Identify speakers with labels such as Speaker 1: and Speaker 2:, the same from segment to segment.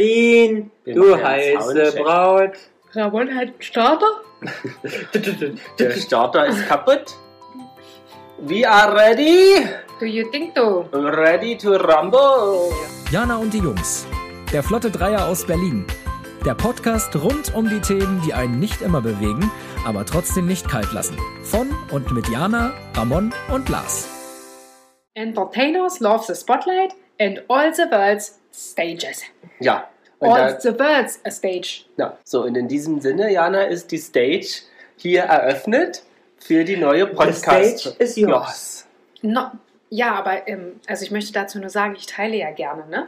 Speaker 1: Berlin,
Speaker 2: Wir
Speaker 1: du
Speaker 2: machen einen
Speaker 1: heiße
Speaker 2: Soundcheck.
Speaker 1: Braut.
Speaker 3: Ramon hat einen Starter.
Speaker 2: Der Starter ist kaputt. We are ready.
Speaker 3: Do you think so?
Speaker 2: Ready to rumble.
Speaker 4: Jana und die Jungs. Der Flotte Dreier aus Berlin. Der Podcast rund um die Themen, die einen nicht immer bewegen, aber trotzdem nicht kalt lassen. Von und mit Jana, Ramon und Lars.
Speaker 3: Entertainers love the spotlight and all the world's stages.
Speaker 2: Ja. Und
Speaker 3: All
Speaker 2: da,
Speaker 3: the world's a stage.
Speaker 2: ja. So, und in diesem Sinne, Jana, ist die Stage hier eröffnet für die neue Podcast.
Speaker 1: stage ist yours.
Speaker 3: No, ja, aber ähm, also ich möchte dazu nur sagen, ich teile ja gerne, ne?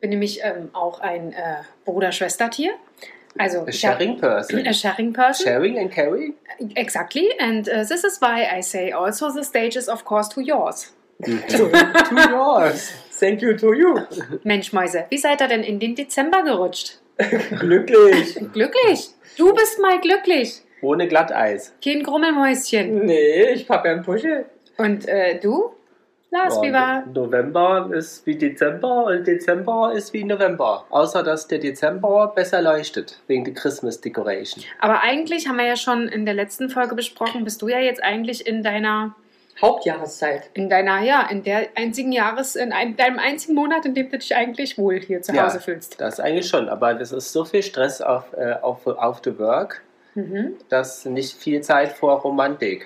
Speaker 3: Bin nämlich ähm, auch ein äh, Bruder-Schwester-Tier. Also
Speaker 2: A
Speaker 3: ich hab-
Speaker 2: sharing person.
Speaker 3: A sharing person.
Speaker 2: Sharing and caring?
Speaker 3: Exactly, and uh, this is why I say also the stage is of course to yours.
Speaker 2: to yours.
Speaker 1: Thank you to you.
Speaker 3: Mensch, Mäuse, wie seid ihr denn in den Dezember gerutscht?
Speaker 1: Glücklich.
Speaker 3: Glücklich! Du bist mal glücklich!
Speaker 2: Ohne Glatteis.
Speaker 3: Kein Grummelmäuschen.
Speaker 1: Nee, ich hab ja einen Puschel.
Speaker 3: Und äh, du? Lars,
Speaker 2: Ja,
Speaker 3: wie war?
Speaker 2: No- November ist wie Dezember und Dezember ist wie November. Außer, dass der Dezember besser leuchtet, wegen der Christmas Decoration.
Speaker 3: Aber eigentlich haben wir ja schon in der letzten Folge besprochen, bist du ja jetzt eigentlich in deiner,
Speaker 1: Hauptjahreszeit.
Speaker 3: in deiner, ja, in der einzigen Jahres, in ein, deinem einzigen Monat, in dem du dich eigentlich wohl hier zu
Speaker 2: Ja.
Speaker 3: Hause fühlst.
Speaker 2: Das eigentlich schon, aber das ist so viel Stress auf, äh, auf, auf the work, Äh,
Speaker 3: Mhm.
Speaker 2: dass nicht viel Zeit vor Romantik.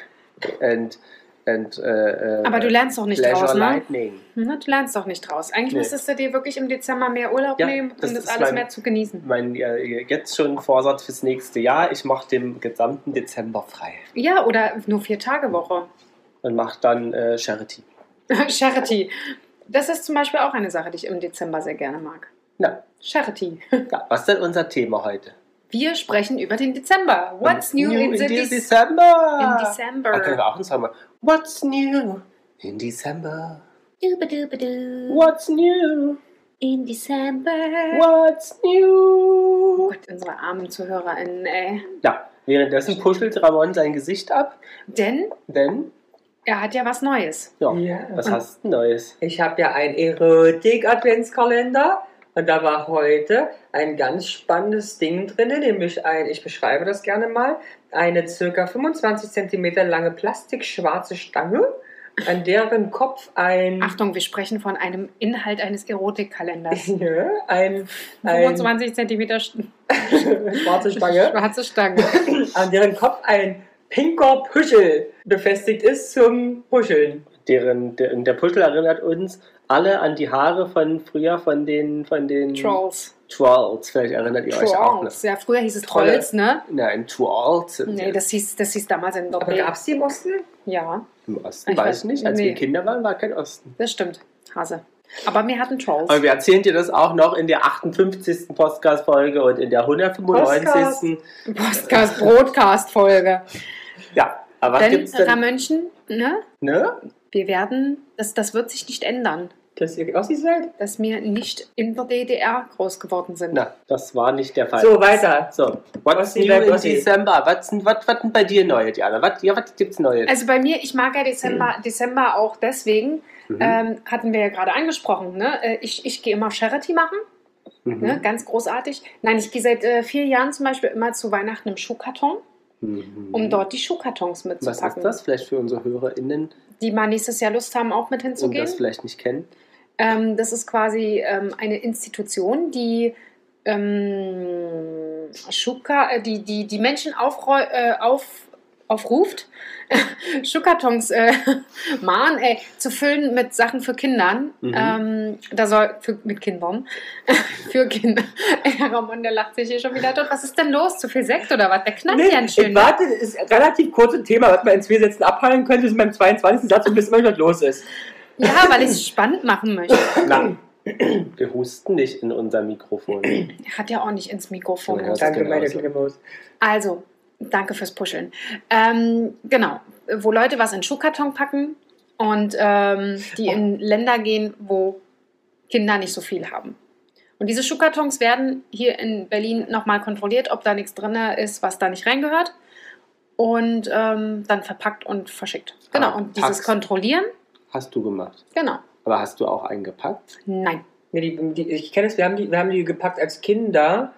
Speaker 2: And, and, äh, äh,
Speaker 3: Aber du lernst doch nicht
Speaker 2: Pleasure
Speaker 3: draus, ne?
Speaker 2: Lightning.
Speaker 3: Ne, Du lernst doch nicht draus. Eigentlich
Speaker 2: Nee.
Speaker 3: müsstest du dir wirklich im Dezember mehr Urlaub
Speaker 2: Ja,
Speaker 3: nehmen, um
Speaker 2: das
Speaker 3: das,
Speaker 2: ist
Speaker 3: alles
Speaker 2: mein-
Speaker 3: mehr zu genießen.
Speaker 2: Mein äh, jetzt schon Vorsatz fürs nächste Jahr, ich mache den gesamten Dezember frei
Speaker 3: Ja, oder nur vier Tage Woche.
Speaker 2: und mache dann äh, Charity.
Speaker 3: Charity. Das ist zum Beispiel auch eine Sache, die ich im Dezember sehr gerne mag.
Speaker 2: Na,
Speaker 3: Charity.
Speaker 2: ja, was ist denn unser Thema heute?
Speaker 3: Wir sprechen über den Dezember. What's new, in, the
Speaker 2: this
Speaker 3: Dec-
Speaker 2: December? Da
Speaker 3: in
Speaker 2: können wir
Speaker 3: December?
Speaker 2: auch einen Song machen. What's new in December?
Speaker 3: Dubadubadu.
Speaker 2: What's new?
Speaker 3: In December.
Speaker 2: What's
Speaker 3: Oh
Speaker 2: new?
Speaker 3: Gott, unsere armen ZuhörerInnen, äh. ey.
Speaker 2: Ja, währenddessen puschelt Ramon sein Gesicht ab,
Speaker 3: Denn
Speaker 2: denn,
Speaker 3: er hat ja was Neues.
Speaker 2: ja,
Speaker 1: Ja.
Speaker 2: was hast du denn Neues?
Speaker 1: Ich habe ja einen Erotik-Adventskalender und da war heute ein ganz spannendes Ding drin, nämlich ein, ich beschreibe das gerne mal, eine circa 25 cm lange plastikschwarze Stange, an deren Kopf ein,
Speaker 3: Achtung, wir sprechen von einem Inhalt eines Erotikkalenders.
Speaker 1: Ja, ein, ein
Speaker 3: 25 Zentimeter sch-
Speaker 1: schwarze Stange,
Speaker 3: schwarze Stange.
Speaker 1: an deren Kopf ein pinker Puschel befestigt ist zum Puscheln.
Speaker 2: Deren, der, der Puschel erinnert uns alle an die Haare von früher, von den, von den
Speaker 3: Trolls.
Speaker 2: Trolls. Vielleicht erinnert ihr euch auch noch.
Speaker 3: Trolls. Ja, früher hieß es
Speaker 2: Trolle.
Speaker 3: Trolls, ne?
Speaker 2: Nein, Trolls sind
Speaker 3: Nee,
Speaker 2: wir.
Speaker 3: das hieß, das hieß damals in
Speaker 1: Aber
Speaker 3: Nordwegen.
Speaker 1: gab es die im Osten?
Speaker 3: Ja,
Speaker 2: im Osten.
Speaker 3: Ich
Speaker 2: weiß
Speaker 3: weiß-
Speaker 2: ich nicht, als wir
Speaker 3: nee.
Speaker 2: Kinder waren, war kein Osten.
Speaker 3: das stimmt. Hase. Aber wir hatten Trolls.
Speaker 2: Und wir erzählen dir das auch noch in der 58. Podcast-Folge und in der 195.
Speaker 3: Podcast, Broadcast-Folge.
Speaker 2: Ja, aber was
Speaker 3: Denn,
Speaker 2: gibt's denn?
Speaker 3: Ramönchen, ne?
Speaker 2: Ne?
Speaker 3: Wir werden, das, das wird sich nicht ändern,
Speaker 1: Dass ihr Ossis seid?
Speaker 3: dass wir nicht in der DDR groß geworden sind.
Speaker 2: Na, das war nicht der Fall.
Speaker 1: So, weiter.
Speaker 2: So, what's
Speaker 1: Ossi
Speaker 2: new
Speaker 1: bleibt
Speaker 2: in
Speaker 1: Ossi.
Speaker 2: December? Was sind was, was denn bei dir neu, Diana? Was, ja, was gibt's Neues?
Speaker 3: Also bei mir, ich mag ja Dezember, Dezember auch deswegen,
Speaker 2: Mhm.
Speaker 3: ähm, hatten wir ja gerade angesprochen, ne? Äh, ich, ich gehe immer Charity machen,
Speaker 2: Mhm.
Speaker 3: ne? ganz großartig. Nein, ich gehe seit äh, vier Jahren zum Beispiel immer zu Weihnachten im Schuhkarton,
Speaker 2: Mhm.
Speaker 3: um dort die
Speaker 2: Was
Speaker 3: Schuhkartons mitzupacken,
Speaker 2: ist das vielleicht für unsere HörerInnen,
Speaker 3: die mal nächstes Jahr Lust haben, auch mit
Speaker 2: die
Speaker 3: hinzugehen.
Speaker 2: Um das vielleicht nicht kennen?
Speaker 3: Ähm, das ist quasi ähm, eine Institution, die ähm, Schuka, äh, die, die, die Menschen aufräu äh, auf, aufruft, Schuhkartons äh, mahn, ey, zu füllen mit Sachen für Kindern.
Speaker 2: Mhm.
Speaker 3: Ähm, da soll, für, mit Kindern. für Kinder. Ramon, der lacht sich hier schon wieder tot. Was ist denn los? Zu viel Sekt oder was? Der knallt ja ein schön. ne?
Speaker 1: ich warte, das ist ein relativ kurzes Thema, was man in zwei Sätzen abhandeln könnte, ist beim 22. Satz und wissen, wir, was los ist.
Speaker 3: Ja, weil ich es spannend machen möchte.
Speaker 2: Nein. Wir husten nicht in unser Mikrofon.
Speaker 3: Hat ja auch nicht ins Mikrofon.
Speaker 2: Ja, das
Speaker 3: gehustet.
Speaker 1: Danke,
Speaker 2: genau
Speaker 1: meine
Speaker 2: so.
Speaker 1: kleine Maus.
Speaker 3: Also, danke fürs Puscheln. Ähm, genau, wo Leute was in Schuhkarton packen und ähm, die in Länder gehen, wo Kinder nicht so viel haben. Und diese Schuhkartons werden hier in Berlin nochmal kontrolliert, ob da nichts drin ist, was da nicht reingehört. Und ähm, dann verpackt und verschickt. Genau,
Speaker 2: Ah,
Speaker 3: und dieses
Speaker 2: packst.
Speaker 3: Kontrollieren,
Speaker 2: Hast du gemacht.
Speaker 3: genau.
Speaker 2: Aber hast du auch eingepackt?
Speaker 3: Nein,
Speaker 1: Nee, die, die, ich kenne es, wir haben, die, wir haben die gepackt als Kinder,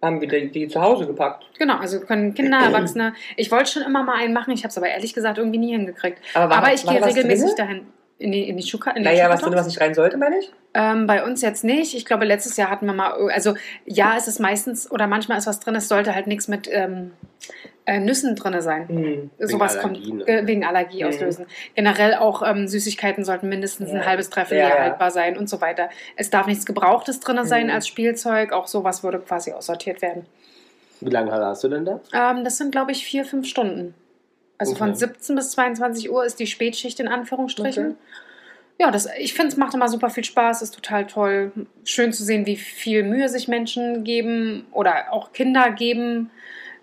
Speaker 1: haben wir die, die zu Hause gepackt.
Speaker 3: Genau, also können Kinder, Erwachsene. Ich wollte schon immer mal einen machen, ich habe es aber ehrlich gesagt irgendwie nie hingekriegt.
Speaker 1: war-
Speaker 3: aber ich
Speaker 1: war
Speaker 3: gehe
Speaker 1: was
Speaker 3: regelmäßig
Speaker 1: drin?
Speaker 3: dahin. In die, in die Schuka, in den
Speaker 1: Naja, was drin,
Speaker 3: Schuhkartons.
Speaker 1: was nicht rein sollte, meine ich?
Speaker 3: Ähm, bei uns jetzt nicht. Ich glaube, letztes Jahr hatten wir mal, also ja, es ist meistens oder manchmal ist was drin, es sollte halt nichts mit ähm, äh, Nüssen drin sein.
Speaker 1: Hm.
Speaker 3: Sowas
Speaker 2: Allergien, ne?
Speaker 3: kommt äh, wegen Allergie
Speaker 1: Mhm.
Speaker 3: auslösen. Generell auch ähm, Süßigkeiten sollten mindestens
Speaker 1: Ja.
Speaker 3: ein halbes
Speaker 1: Ja,
Speaker 3: Dreivierteljahr
Speaker 1: ja.
Speaker 3: haltbar sein und so weiter. Es darf nichts Gebrauchtes drin sein
Speaker 1: Mhm.
Speaker 3: als Spielzeug. Auch sowas würde quasi aussortiert werden.
Speaker 2: Wie lange hast du denn da?
Speaker 3: Ähm, das sind, glaube ich, vier, fünf Stunden. Also von
Speaker 2: Okay.
Speaker 3: 17 bis 22 Uhr ist die Spätschicht in Anführungsstrichen. Ja, das, ich finde, es macht immer super viel Spaß, ist total toll. Schön zu sehen, wie viel Mühe sich Menschen geben oder auch Kinder geben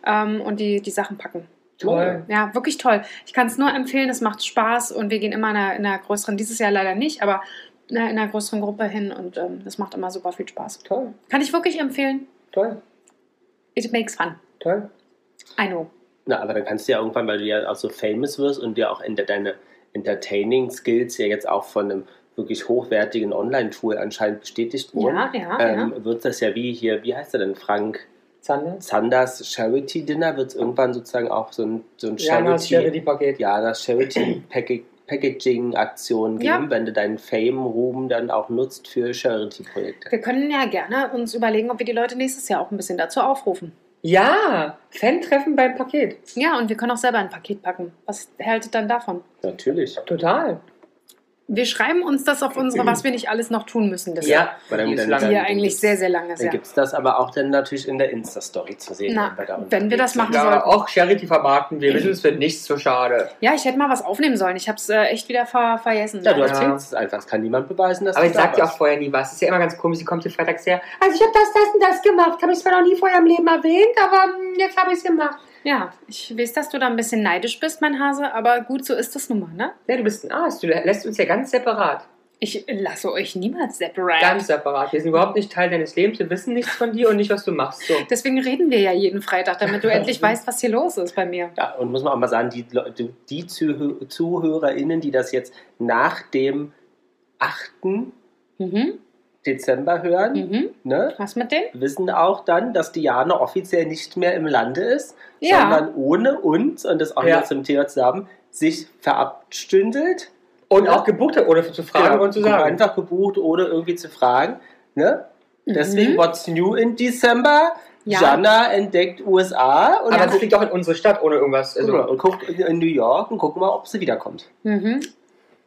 Speaker 3: ähm, und die, die Sachen packen.
Speaker 1: Toll.
Speaker 3: Ja, wirklich toll. Ich kann es nur empfehlen, es macht Spaß und wir gehen immer in einer, in einer größeren, dieses Jahr leider nicht, aber in einer, in einer größeren Gruppe hin und ähm, das macht immer super viel Spaß.
Speaker 1: Toll,
Speaker 3: Kann ich wirklich empfehlen.
Speaker 1: toll,
Speaker 3: It makes fun.
Speaker 1: toll.
Speaker 3: I know.
Speaker 2: Na, aber dann kannst du ja irgendwann, weil du ja auch so famous wirst und dir auch enter deine Entertaining Skills ja jetzt auch von einem wirklich hochwertigen Online-Tool anscheinend bestätigt wurden.
Speaker 3: Ja, ja,
Speaker 2: ähm,
Speaker 3: ja.
Speaker 2: Wird das ja wie hier, wie heißt er denn, Frank
Speaker 1: Zander?
Speaker 2: Sanders Charity Dinner? Wird es irgendwann sozusagen auch so ein, so ein
Speaker 3: genau,
Speaker 1: Jana ist
Speaker 2: Charity,
Speaker 1: die Paket.
Speaker 2: ja, das Charity Packa- Packaging Aktion
Speaker 3: Ja.
Speaker 2: geben, wenn du deinen Fame, Ruhm dann auch nutzt für Charity Projekte?
Speaker 3: Wir können ja gerne uns überlegen, ob wir die Leute nächstes Jahr auch ein bisschen dazu aufrufen.
Speaker 1: Ja, Fan-Treffen beim Paket.
Speaker 3: Ja, und wir können auch selber ein Paket packen. Was hältet dann davon?
Speaker 2: Natürlich.
Speaker 1: Total.
Speaker 3: Wir schreiben uns das auf unsere, was wir nicht alles noch tun müssen. Das
Speaker 1: Ja,
Speaker 2: Weil dann-
Speaker 1: die ist
Speaker 2: dann-
Speaker 3: die
Speaker 1: lange.
Speaker 3: ja eigentlich sehr, sehr lange ist.
Speaker 2: Dann
Speaker 3: Ja.
Speaker 2: gibt's gibt es das aber auch dann natürlich in der Insta-Story zu sehen.
Speaker 3: Na,
Speaker 2: da
Speaker 3: wenn wir
Speaker 2: unterwegs
Speaker 3: das
Speaker 2: sind.
Speaker 3: machen
Speaker 1: Ja,
Speaker 3: sollten.
Speaker 1: auch Charity vermarkten. Wir wissen, es wird nichts so schade.
Speaker 3: ja, ich hätte mal was aufnehmen sollen. Ich habe es äh, echt wieder ver vergessen.
Speaker 2: Ja, du
Speaker 1: Ja.
Speaker 2: erzählst es einfach. Es kann niemand beweisen, dass
Speaker 1: Aber
Speaker 2: du
Speaker 1: sie sagt ja auch
Speaker 2: warst.
Speaker 1: vorher nie was. Ist ja immer ganz komisch. Sie kommt hier freitags her. Also ich habe das, das und das gemacht. Habe ich zwar noch nie vorher im Leben erwähnt, aber mm, jetzt habe ich es gemacht.
Speaker 3: ja, ich weiß, dass du da ein bisschen neidisch bist, mein Hase, aber gut, so ist das nun mal, ne?
Speaker 1: Ja, du bist ein Arsch. Du lässt uns ja ganz separat.
Speaker 3: Ich lasse euch niemals separate.
Speaker 1: Ganz separat. Wir sind überhaupt nicht Teil deines Lebens. Wir wissen nichts von dir und nicht, was du machst. So.
Speaker 3: Deswegen reden wir ja jeden Freitag, damit du endlich weißt, was hier los ist bei mir.
Speaker 2: Ja, und muss man auch mal sagen, die, Leu- die- die Zuhö- ZuhörerInnen, die das jetzt nach dem 8.
Speaker 3: Mhm,
Speaker 2: Dezember hören,
Speaker 3: mhm.
Speaker 2: ne,
Speaker 3: Was mit dem?
Speaker 2: wissen auch dann, dass Diane offiziell nicht mehr im Lande ist,
Speaker 3: Ja.
Speaker 2: sondern ohne uns, und das auch
Speaker 1: Ja.
Speaker 2: noch zum Thema zusammen, sich verabstündet.
Speaker 1: Und auch gebucht hat, ohne zu fragen und Genau, um zu sagen.
Speaker 2: Einfach gebucht, ohne irgendwie zu fragen. Ne? Deswegen,
Speaker 3: Mhm.
Speaker 2: what's new in December?
Speaker 3: Ja.
Speaker 2: Jana entdeckt USA und,
Speaker 1: Aber sie fliegt auch in unsere Stadt ohne irgendwas. Also,
Speaker 2: und guckt in, in New York und gucken mal, ob sie wiederkommt.
Speaker 3: Mhm.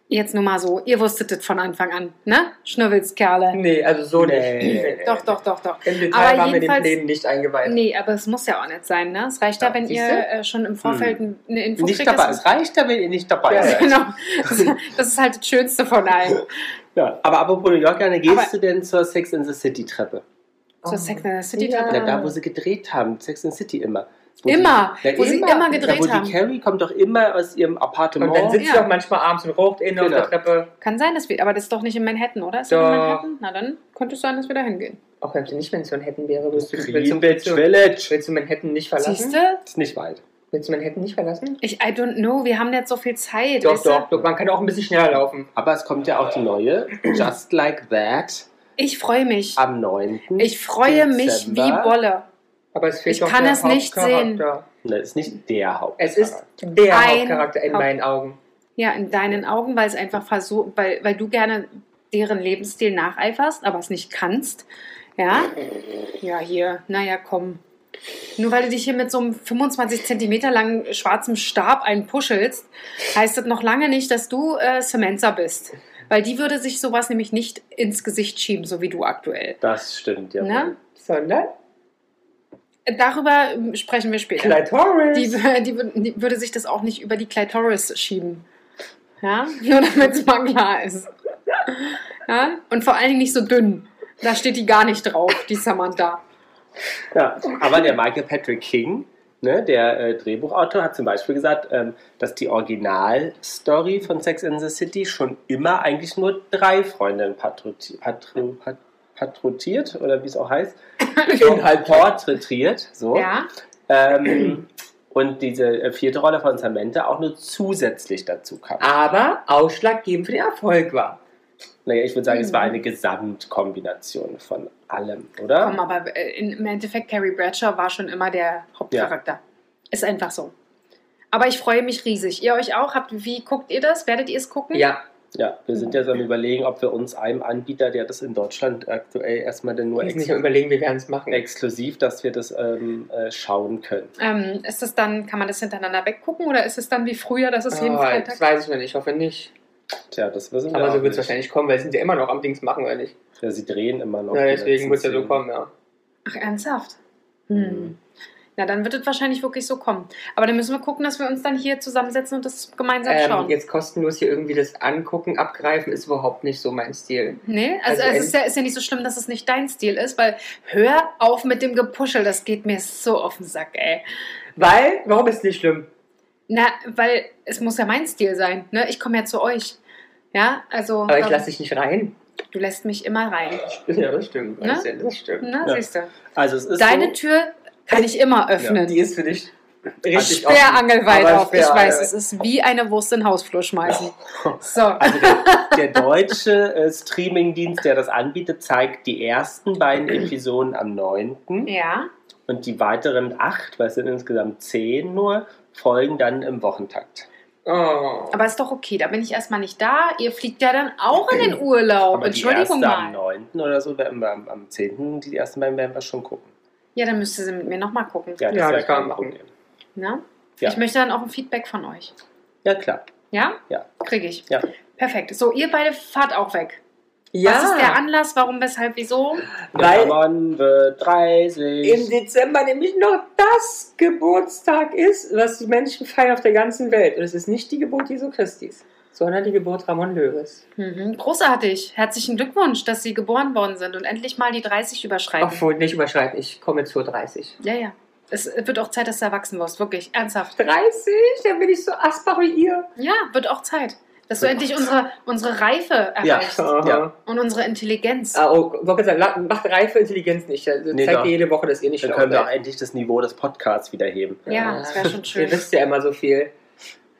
Speaker 3: Jetzt nur mal so, ihr wusstet das von Anfang an, ne? Schnurwelskerle.
Speaker 1: Nee, also so
Speaker 2: Nee.
Speaker 1: nicht.
Speaker 3: Doch, doch, doch, doch.
Speaker 1: Im Detail
Speaker 3: Aber
Speaker 1: waren wir den
Speaker 3: jedenfalls-
Speaker 1: Plänen nicht eingeweiht.
Speaker 3: Nee, aber es muss ja auch nicht sein, ne? Es reicht ja,
Speaker 2: Ja,
Speaker 3: wenn ihr
Speaker 2: siehste?
Speaker 3: äh, schon im Vorfeld eine Info
Speaker 2: nicht
Speaker 3: kriegt.
Speaker 2: dabei.
Speaker 3: dass-
Speaker 2: Es reicht da, wenn ihr nicht dabei
Speaker 1: Ja.
Speaker 2: seid.
Speaker 3: Genau. Das ist halt das Schönste von allen.
Speaker 2: Ja. Aber apropos New York, Jana, gehst
Speaker 3: Aber-
Speaker 2: du denn zur Sex in the City Treppe?
Speaker 3: Zur Sex and the City
Speaker 1: Oh. Ja.
Speaker 3: Treppe.
Speaker 2: Na, da, wo sie gedreht haben. Sex in the City immer.
Speaker 3: Immer,
Speaker 2: na,
Speaker 3: wo sie immer gedreht
Speaker 2: ja, wo
Speaker 3: haben.
Speaker 2: Die Carrie kommt doch immer aus ihrem Appartement.
Speaker 1: Und dann sitzt
Speaker 3: Ja.
Speaker 1: sie auch manchmal abends und raucht innen auf
Speaker 2: Genau.
Speaker 1: der Treppe.
Speaker 3: Kann sein, dass wir. Aber das ist doch nicht in Manhattan, oder? Ist das in
Speaker 1: Doch.
Speaker 3: Manhattan? Na dann könnte es sein, dass wir da hingehen.
Speaker 1: Auch wenn sie nicht, wenn es Manhattan wäre, willst du, willst, du,
Speaker 2: Greenwich
Speaker 1: willst, du,
Speaker 2: Village.
Speaker 1: willst du Manhattan nicht verlassen?
Speaker 3: Siehst du?
Speaker 2: Ist nicht weit.
Speaker 1: Willst du Manhattan nicht verlassen?
Speaker 3: Ich, I don't know, wir haben jetzt so viel Zeit.
Speaker 1: Doch,
Speaker 3: weißt du?
Speaker 1: doch, doch. Man kann auch ein bisschen schneller laufen.
Speaker 2: Aber es kommt ja auch die neue, Just Like That,
Speaker 3: Ich freue mich.
Speaker 2: am 9.
Speaker 3: Ich freue mich wie
Speaker 2: Dezember.
Speaker 3: Bolle.
Speaker 1: Aber es fehlt
Speaker 3: Ich
Speaker 1: doch
Speaker 3: kann
Speaker 1: der
Speaker 3: es nicht
Speaker 1: Hauptcharakter.
Speaker 2: Das Ne, ist nicht der Haupt.
Speaker 1: Es ist der
Speaker 3: Ein
Speaker 1: Hauptcharakter in
Speaker 3: Haupt-
Speaker 1: meinen Augen.
Speaker 3: Ja, in deinen Augen, weil es einfach versuch, weil, weil du gerne deren Lebensstil nacheiferst, aber es nicht kannst. Ja? Ja, hier, naja, komm. Nur weil du dich hier mit so einem 25 Zentimeter langen schwarzen Stab einpuschelst, heißt das noch lange nicht, dass du äh, Samantha bist. Weil die würde sich sowas nämlich nicht ins Gesicht schieben, so wie du aktuell.
Speaker 2: Das stimmt, ja.
Speaker 3: Ne?
Speaker 1: Sondern
Speaker 3: Äh, Darüber ähm, sprechen wir später.
Speaker 1: Clitoris.
Speaker 3: Die, die, wür- die würde sich das auch nicht über die Klitoris schieben. Ja, nur damit es mal klar ist. Ja? Und vor allen Dingen nicht so dünn. Da steht die gar nicht drauf, die Samantha.
Speaker 2: Ja. Aber der Michael Patrick King, ne, der äh, Drehbuchautor, hat zum Beispiel gesagt, ähm, dass die Originalstory von Sex in the City schon immer eigentlich nur drei Freundinnen patroti- patro- pat- patrotiert, oder wie es auch heißt,
Speaker 1: Inhalt.
Speaker 2: porträtiert.
Speaker 1: Oh,
Speaker 2: So.
Speaker 3: Ja,
Speaker 2: Ähm, und diese äh, vierte Rolle
Speaker 3: Ah.
Speaker 2: von Samantha auch nur zusätzlich dazu kam.
Speaker 1: Aber ausschlaggebend für den Erfolg war.
Speaker 2: Naja, ich würde sagen, es war
Speaker 3: Mhm.
Speaker 2: eine Gesamtkombination von allem, oder?
Speaker 3: Komm, aber äh, in- im Endeffekt, Carrie Bradshaw war schon immer der Hauptcharakter. Ist einfach so. Aber ich freue mich riesig. Ihr euch auch? Habt, wie guckt ihr das? Werdet ihr es gucken?
Speaker 1: Ja,
Speaker 2: Ja, wir sind jetzt am überlegen, ob wir uns einem Anbieter, der das in Deutschland aktuell erstmal denn nur
Speaker 1: ich muss
Speaker 2: ex
Speaker 1: nicht mal überlegen, wie wir es machen.
Speaker 2: exklusiv, dass wir das ähm, äh, schauen können.
Speaker 3: Ähm, ist das dann, kann man das hintereinander weggucken oder ist es dann wie früher, dass es jeden
Speaker 1: Oh,
Speaker 3: Freitag
Speaker 1: das weiß ich noch nicht, ich hoffe nicht.
Speaker 2: Tja, das wissen wir
Speaker 1: Aber so
Speaker 2: auch
Speaker 1: wird es
Speaker 2: nicht.
Speaker 1: wahrscheinlich kommen, weil es sind ja immer noch am Dings machen, oder nicht?
Speaker 2: Ja, sie drehen immer noch.
Speaker 1: ja,
Speaker 2: die
Speaker 1: deswegen
Speaker 2: letzten
Speaker 1: wird es ja so
Speaker 2: Szenen.
Speaker 1: kommen, ja.
Speaker 3: Ach, ernsthaft?
Speaker 2: Mhm.
Speaker 3: Hm. Na, dann wird es wahrscheinlich wirklich so kommen. Aber dann müssen wir gucken, dass wir uns dann hier zusammensetzen und das gemeinsam
Speaker 1: Ähm,
Speaker 3: schauen.
Speaker 1: jetzt kostenlos hier irgendwie das Angucken, Abgreifen ist überhaupt nicht so mein Stil.
Speaker 3: Nee, also,
Speaker 1: also
Speaker 3: es ist ja, ist ja nicht so schlimm, dass es nicht dein Stil ist, weil hör auf mit dem Gepuschel, das geht mir so auf den Sack, ey.
Speaker 1: Weil, warum ist es nicht schlimm?
Speaker 3: Na, weil es muss ja mein Stil sein, ne? Ich komme ja zu euch. Ja, also
Speaker 1: Aber ich
Speaker 3: ähm,
Speaker 1: lasse dich nicht rein.
Speaker 3: du lässt mich immer rein.
Speaker 1: Ja, das stimmt.
Speaker 3: Ne?
Speaker 1: Weißt du, Das stimmt.
Speaker 3: Na,
Speaker 2: Ja.
Speaker 3: siehst du.
Speaker 2: Also es ist
Speaker 3: Deine
Speaker 2: so, also
Speaker 3: Tür kann ich immer öffnen.
Speaker 1: Die ist für dich richtig
Speaker 3: Sperrangelweit
Speaker 1: Aber
Speaker 3: auf. Ich
Speaker 1: schwer,
Speaker 3: weiß,
Speaker 1: äh,
Speaker 3: es ist wie eine Wurst in den Hausflur schmeißen. So.
Speaker 2: Also der, der deutsche äh, Streamingdienst, der das anbietet, zeigt die ersten beiden Episoden am 9.
Speaker 3: Ja.
Speaker 2: und die weiteren acht, weil es sind insgesamt zehn nur, folgen dann im Wochentakt.
Speaker 1: Oh.
Speaker 3: Aber ist doch okay, da bin ich erstmal nicht da. Ihr fliegt ja dann auch in den Urlaub.
Speaker 2: Aber die erste
Speaker 3: Entschuldigung
Speaker 2: am
Speaker 3: mal.
Speaker 2: 9. oder so, werden wir am, am 10. die ersten beiden werden wir schon gucken.
Speaker 3: Ja, dann müsste sie mit mir nochmal gucken.
Speaker 1: Ja,
Speaker 2: wär
Speaker 1: das kann
Speaker 2: kein
Speaker 1: man machen.
Speaker 2: Problem.
Speaker 3: Ne?
Speaker 2: Ja.
Speaker 3: Ich möchte dann auch ein Feedback von euch.
Speaker 2: Ja, klar.
Speaker 3: Ja?
Speaker 2: Ja.
Speaker 3: Kriege ich.
Speaker 2: Ja.
Speaker 3: Perfekt. So, ihr beide fahrt auch weg.
Speaker 1: Ja,
Speaker 3: Was ist der Anlass? Warum, weshalb, wieso?
Speaker 1: Weil-
Speaker 2: Ramon wird 30.
Speaker 1: im Dezember nämlich noch das Geburtstag ist, was die Menschen feiern auf der ganzen Welt. Und es ist nicht die Geburt Jesu Christis, sondern die Geburt Ramon Löwes.
Speaker 3: Mhm. Großartig. Herzlichen Glückwunsch, dass Sie geboren worden sind und endlich mal die 30 überschreiten.
Speaker 1: Obwohl, nicht überschreiten, ich komme zur 30.
Speaker 3: Ja, ja. Es wird auch Zeit, dass du erwachsen wirst. Wirklich. Ernsthaft.
Speaker 1: 30? Dann bin ich so Asbach wie ihr.
Speaker 3: Ja, wird auch Zeit. Dass du endlich unsere, unsere Reife erreichst.
Speaker 1: Ja.
Speaker 3: Und unsere Intelligenz.
Speaker 1: Ah, oh, wollte gerade sagen, la- macht reife Intelligenz nicht. Also
Speaker 2: Nee,
Speaker 1: zeigt
Speaker 2: doch.
Speaker 1: ihr jede Woche, dass ihr nicht
Speaker 2: Dann
Speaker 1: schlau
Speaker 2: können wir auch
Speaker 1: seid.
Speaker 2: endlich das Niveau des Podcasts wieder heben.
Speaker 3: Ja, das wäre
Speaker 1: Äh,
Speaker 3: schon
Speaker 1: Ihr
Speaker 3: schön.
Speaker 1: wisst ja immer so viel.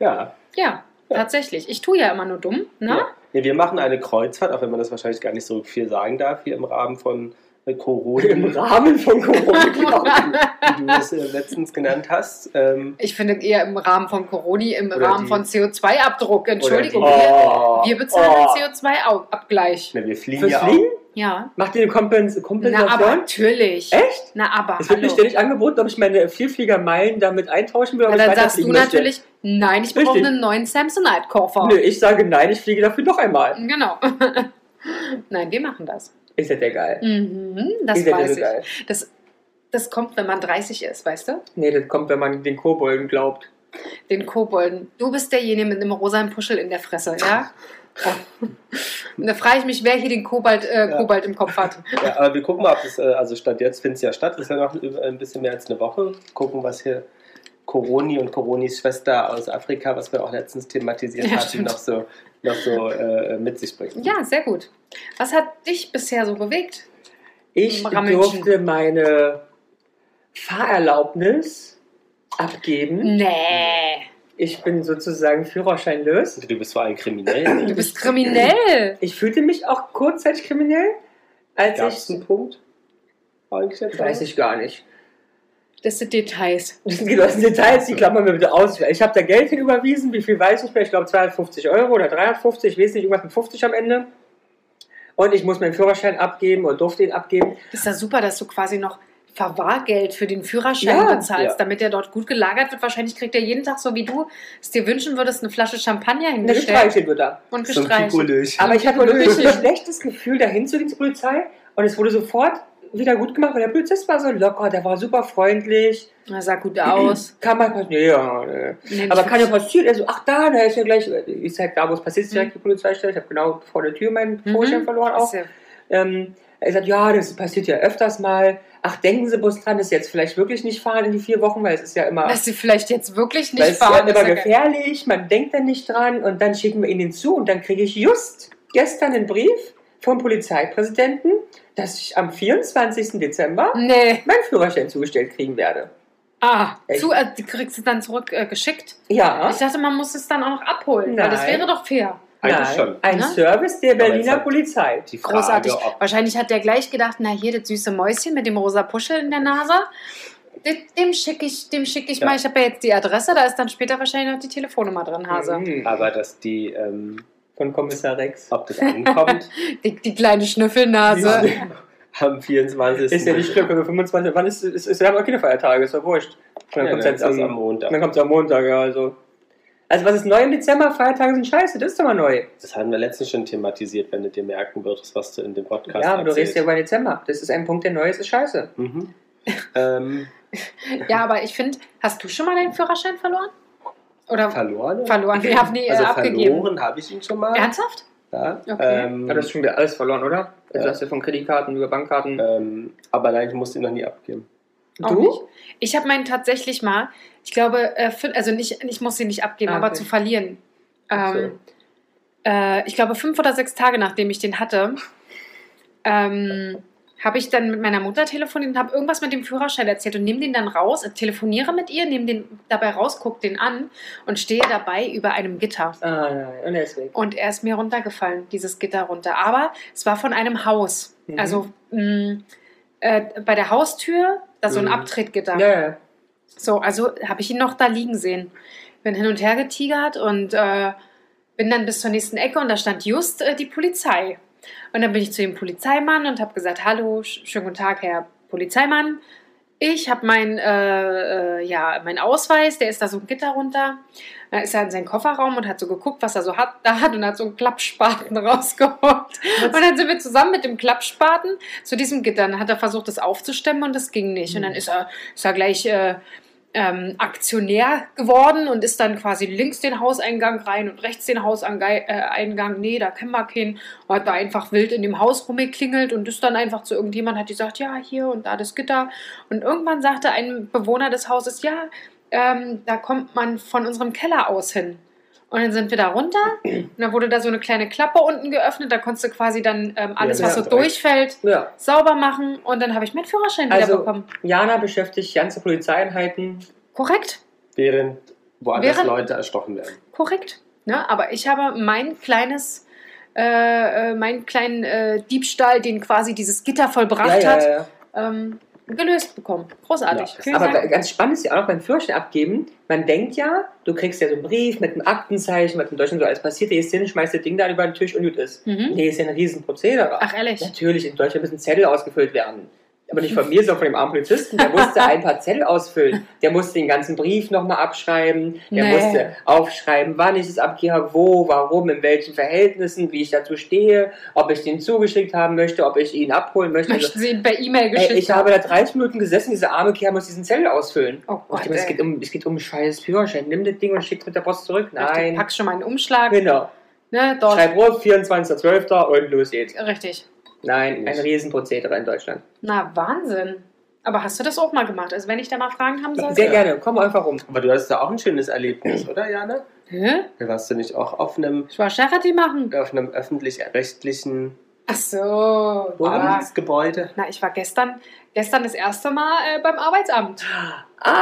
Speaker 2: Ja.
Speaker 3: Ja, tatsächlich. Ich tue ja immer nur dumm, ne?
Speaker 2: Ja. Nee, wir machen eine Kreuzfahrt, auch wenn man das wahrscheinlich gar nicht so viel sagen darf, hier im Rahmen von äh,
Speaker 1: Im
Speaker 2: Corona,
Speaker 1: Rahmen von Corona, genau. glaube ich.
Speaker 2: wie du es äh, letztens genannt hast. Ähm,
Speaker 3: Ich finde eher im Rahmen von Corona, im
Speaker 2: Oder
Speaker 3: Rahmen
Speaker 2: die-
Speaker 3: von CO2-Abdruck. Entschuldigung,
Speaker 2: die-
Speaker 3: wir, wir bezahlen
Speaker 1: oh.
Speaker 3: den CO2-Abgleich.
Speaker 2: ne, wir fliegen
Speaker 1: Fürs
Speaker 2: ja
Speaker 1: Fliegen?
Speaker 2: auch.
Speaker 3: Ja.
Speaker 1: Macht ihr eine Kompens Kompensation?
Speaker 3: Na, aber natürlich.
Speaker 1: Echt?
Speaker 3: Na, aber.
Speaker 1: Es wird mir
Speaker 3: hallo.
Speaker 1: ständig angeboten, ob ich meine Vielfliegermeilen damit eintauschen will, ob
Speaker 3: Na,
Speaker 1: ich
Speaker 3: dann
Speaker 1: weiter
Speaker 3: sagst du
Speaker 1: fliegen möchte.
Speaker 3: natürlich, nein, ich brauche
Speaker 1: Richtig.
Speaker 3: einen neuen Samsonite-Koffer.
Speaker 1: Nö, ich sage nein, ich fliege dafür noch einmal.
Speaker 3: Genau. nein, wir machen das.
Speaker 1: Ist ja der geil.
Speaker 3: Mhm, das
Speaker 1: ist ja
Speaker 3: weiß
Speaker 1: der
Speaker 3: ich.
Speaker 1: geil.
Speaker 3: Das, das kommt, wenn man 30 ist, weißt du?
Speaker 1: Nee, das kommt, wenn man den Kobolden glaubt.
Speaker 3: Den Kobolden. Du bist derjenige mit einem rosanen Puschel in der Fresse, ja? Und da frage ich mich, wer hier den Kobold, äh,
Speaker 2: Ja.
Speaker 3: Kobold im Kopf hat.
Speaker 2: Ja, aber wir gucken mal, ob das, äh, also statt jetzt findet es ja statt, das ist ja noch über- ein bisschen mehr als eine Woche. Gucken, was hier Coroni und Coronis Schwester aus Afrika, was wir auch letztens thematisiert
Speaker 3: Ja,
Speaker 2: hatten,
Speaker 3: stimmt.
Speaker 2: noch so, noch so äh, mit sich bringt.
Speaker 3: Ja, sehr gut. Was hat dich bisher so bewegt?
Speaker 1: Ich
Speaker 3: Rammelchen.
Speaker 1: durfte meine Fahrerlaubnis
Speaker 3: Hm.
Speaker 1: abgeben.
Speaker 3: Nee,
Speaker 1: Ich bin sozusagen führerscheinlos.
Speaker 2: Du bist vor allem kriminell.
Speaker 3: du bist kriminell.
Speaker 1: Ich fühlte mich auch kurzzeitig kriminell, als
Speaker 2: Gab es
Speaker 1: ich...
Speaker 2: einen Punkt? Eigentlich jetzt
Speaker 1: Weiß ich gar nicht.
Speaker 3: Das sind Details.
Speaker 1: Genau, das sind Details, die klammern wir bitte aus. Ich habe da Geld hin überwiesen, wie viel weiß ich nicht mehr. Ich glaube 250 Euro oder 350, ich weiß nicht, irgendwas mit 50 am Ende. Und ich muss meinen Führerschein abgeben und durfte ihn abgeben.
Speaker 3: Das ist ja super, dass du quasi noch Verwahrgeld für den Führerschein
Speaker 1: Ja,
Speaker 3: bezahlst,
Speaker 2: ja.
Speaker 3: damit der dort gut gelagert wird. Wahrscheinlich kriegt er jeden Tag, so wie du es dir wünschen würdest, eine Flasche Champagner
Speaker 1: Und dann
Speaker 3: hingestellt
Speaker 1: gestreichelt wird er.
Speaker 3: und
Speaker 2: So ein
Speaker 3: gestreichelt.
Speaker 2: Pikolöchen.
Speaker 1: Aber ich hatte wirklich
Speaker 3: Blödsinn.
Speaker 1: ein schlechtes Gefühl, dahin zu gehen zur Polizei. Und es wurde sofort wieder gut gemacht, weil der Polizist war so locker, der war super freundlich.
Speaker 3: Na, sah gut aus.
Speaker 1: Kann man passieren. Ja, ja.
Speaker 3: Nee,
Speaker 1: Aber
Speaker 3: ich-
Speaker 1: kann ja passieren. Er so, ach da, da ist ja gleich. Ich sag, da wo es passiert, ist direkt die Polizeistelle. Ich habe genau vor der Tür meinen
Speaker 3: Mhm.
Speaker 1: Führerschein verloren auch.
Speaker 3: Ist ja-
Speaker 1: Ähm, er sagt, ja, das passiert ja öfters mal. Ach, denken Sie bloß dran, dass Sie jetzt vielleicht wirklich nicht fahren in die vier Wochen, weil es ist ja immer,
Speaker 3: Dass sie vielleicht jetzt wirklich
Speaker 1: weil
Speaker 3: nicht
Speaker 1: es ist ja
Speaker 3: fahren.
Speaker 1: immer
Speaker 3: ist ja geil.
Speaker 1: gefährlich, man denkt da nicht dran und dann schicken wir Ihnen den zu und dann kriege ich just gestern einen Brief vom Polizeipräsidenten, dass ich am 24. Dezember
Speaker 3: Nee.
Speaker 1: meinen Führerschein zugestellt kriegen werde.
Speaker 3: Ah,
Speaker 1: Echt?
Speaker 3: zu, äh, die kriegst du dann zurück äh, geschickt.
Speaker 1: Ja,
Speaker 3: Ich dachte, man muss es dann auch noch abholen. Weil das
Speaker 1: Nein.
Speaker 3: wäre doch fair.
Speaker 2: Eigentlich
Speaker 1: Nein,
Speaker 2: schon.
Speaker 1: ein
Speaker 3: Ne?
Speaker 1: Service der
Speaker 2: Aber
Speaker 1: Berliner
Speaker 2: jetzt-
Speaker 1: Polizei.
Speaker 2: Die Frage,
Speaker 3: Großartig.
Speaker 2: ob
Speaker 3: Wahrscheinlich hat der gleich gedacht, na hier, das süße Mäuschen mit dem rosa Puschel in der Nase. Dem- Dem schicke ich, dem schicke ich
Speaker 2: Ja.
Speaker 3: mal. Ich habe ja jetzt die Adresse, da ist dann später wahrscheinlich noch die Telefonnummer drin, Hase.
Speaker 1: Mhm.
Speaker 2: aber dass die, ähm,
Speaker 1: Von Kommissar Rex.
Speaker 2: ob das ankommt
Speaker 3: Die, die kleine Schnüffelnase.
Speaker 2: am 24.
Speaker 1: Ist ja nicht schlimm, wenn wir 25. Wann ist ist, ist, Wir haben auch keine Feiertage, ist ja wurscht. Und dann
Speaker 2: Ja,
Speaker 1: kommt's
Speaker 2: dann
Speaker 1: jetzt
Speaker 2: ist das
Speaker 1: am-
Speaker 2: am Montag.
Speaker 1: Dann kommt es am Montag, ja. Also. also was ist neu im Dezember? Feiertage sind scheiße, das ist doch mal neu.
Speaker 2: Das haben wir letztens schon thematisiert, wenn du dir merken würdest, was du in dem Podcast
Speaker 1: ja, aber du redest ja
Speaker 2: erzählst.
Speaker 1: über Dezember. Das ist ein Punkt, der neu ist, ist scheiße.
Speaker 2: Mhm. ähm,
Speaker 3: Ja, aber ich finde, hast du schon mal deinen Führerschein verloren? Oder
Speaker 2: verloren?
Speaker 3: verloren? Ich habe nie
Speaker 2: also
Speaker 3: äh, abgegeben.
Speaker 2: verloren habe ich ihn schon mal.
Speaker 3: Ernsthaft?
Speaker 2: Ja,
Speaker 3: Okay.
Speaker 2: ähm,
Speaker 1: Ja, das ist schon wieder alles verloren, oder? Also
Speaker 2: Ja.
Speaker 1: hast du von Kreditkarten über Bankkarten.
Speaker 2: ähm, aber nein, ich musste ihn noch nie abgeben.
Speaker 3: Auch nicht? Ich habe meinen tatsächlich mal, ich glaube, äh, fün- also nicht, ich muss sie nicht abgeben,
Speaker 1: Ah,
Speaker 3: aber
Speaker 1: okay.
Speaker 3: zu verlieren.
Speaker 1: Ach
Speaker 3: Ähm, äh, ich glaube, fünf oder sechs Tage nachdem ich den hatte, ähm, habe ich dann mit meiner Mutter telefoniert und habe irgendwas mit dem Führerschein erzählt und nehme den dann raus, äh, telefoniere mit ihr, nehme den dabei raus, gucke den an und stehe dabei über einem Gitter.
Speaker 1: Ah, nein, und er ist weg.
Speaker 3: Und er ist mir runtergefallen, dieses Gitter runter. Aber es war von einem Haus.
Speaker 1: Mhm.
Speaker 3: Also mh, äh, bei der Haustür, da so ein
Speaker 2: Mhm.
Speaker 3: Abtrittgitter.
Speaker 1: Ja, ja.
Speaker 3: So, also habe ich ihn noch da liegen sehen. Bin hin und her getigert und äh, bin dann bis zur nächsten Ecke und da stand just äh, die Polizei. Und dann bin ich zu dem Polizeimann und habe gesagt, hallo, sch- schönen guten Tag, Herr Polizeimann. Ich habe mein, äh, äh, ja, mein Ausweis, der ist da so ein Gitter runter. Da ist er in seinen Kofferraum und hat so geguckt, was er so hat, da hat und hat so einen Klappspaten rausgeholt. Und dann sind wir zusammen mit dem Klappspaten zu diesem Gitter. Dann hat er versucht, das aufzustemmen und das ging nicht. Und
Speaker 2: Mhm.
Speaker 3: dann ist er, ist er gleich äh, ähm, Aktionär geworden und ist dann quasi links den Hauseingang rein und rechts den Hauseingang. Äh, Eingang. nee, da kennen wir keinen. Und hat da einfach wild in dem Haus rumgeklingelt und ist dann einfach zu irgendjemand, hat gesagt, ja, hier und da das Gitter. Und irgendwann sagte ein Bewohner des Hauses, ja, ähm, da kommt man von unserem Keller aus hin. Und dann sind wir da runter und dann wurde da so eine kleine Klappe unten geöffnet. Da konntest du quasi dann ähm, alles,
Speaker 2: Ja,
Speaker 3: was so
Speaker 2: ja,
Speaker 3: durchfällt,
Speaker 1: ja.
Speaker 3: sauber machen. Und dann habe ich meinen Führerschein
Speaker 1: Also-
Speaker 3: wiederbekommen.
Speaker 1: Jana beschäftigt ganze Polizeieinheiten.
Speaker 3: Korrekt?
Speaker 2: Während woanders
Speaker 3: Während-
Speaker 2: Leute erstochen werden.
Speaker 3: Korrekt. Ne? Aber ich habe mein kleines, äh, äh, meinen kleinen äh, Diebstahl, den quasi dieses Gitter vollbracht hat,
Speaker 1: ja.
Speaker 3: ähm, gelöst bekommen. Großartig.
Speaker 2: Ja,
Speaker 3: Vielen
Speaker 1: Aber
Speaker 3: Dank.
Speaker 1: ganz spannend ist ja auch noch beim Führerschein abgeben. Man denkt ja, du kriegst ja so einen Brief mit einem Aktenzeichen, was in Deutschland so alles passiert. Gehst hin, schmeißt das Ding da über den Tisch und gut ist.
Speaker 3: Mhm.
Speaker 1: Nee, ist ja ein Riesenprozedere.
Speaker 3: Ach, ehrlich.
Speaker 1: Natürlich, in Deutschland müssen Zettel ausgefüllt werden. Aber nicht von mir, sondern von dem armen Polizisten. Der musste ein paar Zettel ausfüllen. Der musste den ganzen Brief nochmal abschreiben. Der
Speaker 3: Nee.
Speaker 1: musste aufschreiben, wann ich es abgehe, wo, warum, in welchen Verhältnissen, wie ich dazu stehe, ob ich den zugeschickt haben möchte, ob ich ihn abholen möchte. Also,
Speaker 3: Möchten Sie ihn per E-Mail
Speaker 1: ey,
Speaker 3: geschickt
Speaker 1: ich habe da 30 Minuten gesessen, dieser arme Kerl muss diesen Zettel ausfüllen.
Speaker 3: Oh
Speaker 1: Und ich
Speaker 3: Gott,
Speaker 1: dachte mir, es,
Speaker 3: ey.
Speaker 1: geht um, es geht um einen scheiß Führerschein. Nimm das Ding und schick's mit der Post zurück.
Speaker 3: Richtig,
Speaker 1: Nein.
Speaker 3: pack schon mal einen Umschlag.
Speaker 1: Genau.
Speaker 3: Ne, dort.
Speaker 1: Schreib Ruf, 24.12. und los geht's.
Speaker 3: Richtig.
Speaker 1: Nein, ein Riesenprozedere in Deutschland.
Speaker 3: Na, Wahnsinn. Aber hast du das auch mal gemacht? Also, wenn ich da mal Fragen haben sollte?
Speaker 1: Sehr gerne, komm einfach rum.
Speaker 2: Aber du hattest da auch ein schönes Erlebnis, oder, Jana?
Speaker 3: Hä?
Speaker 2: Warst du nicht auch auf einem,
Speaker 3: Ich war Charity machen.
Speaker 2: auf einem öffentlich-rechtlichen
Speaker 3: Ach so. Ja.
Speaker 2: Abendsgebäude?
Speaker 3: Na, ich war gestern, gestern das erste Mal äh, beim Arbeitsamt.
Speaker 1: Ah,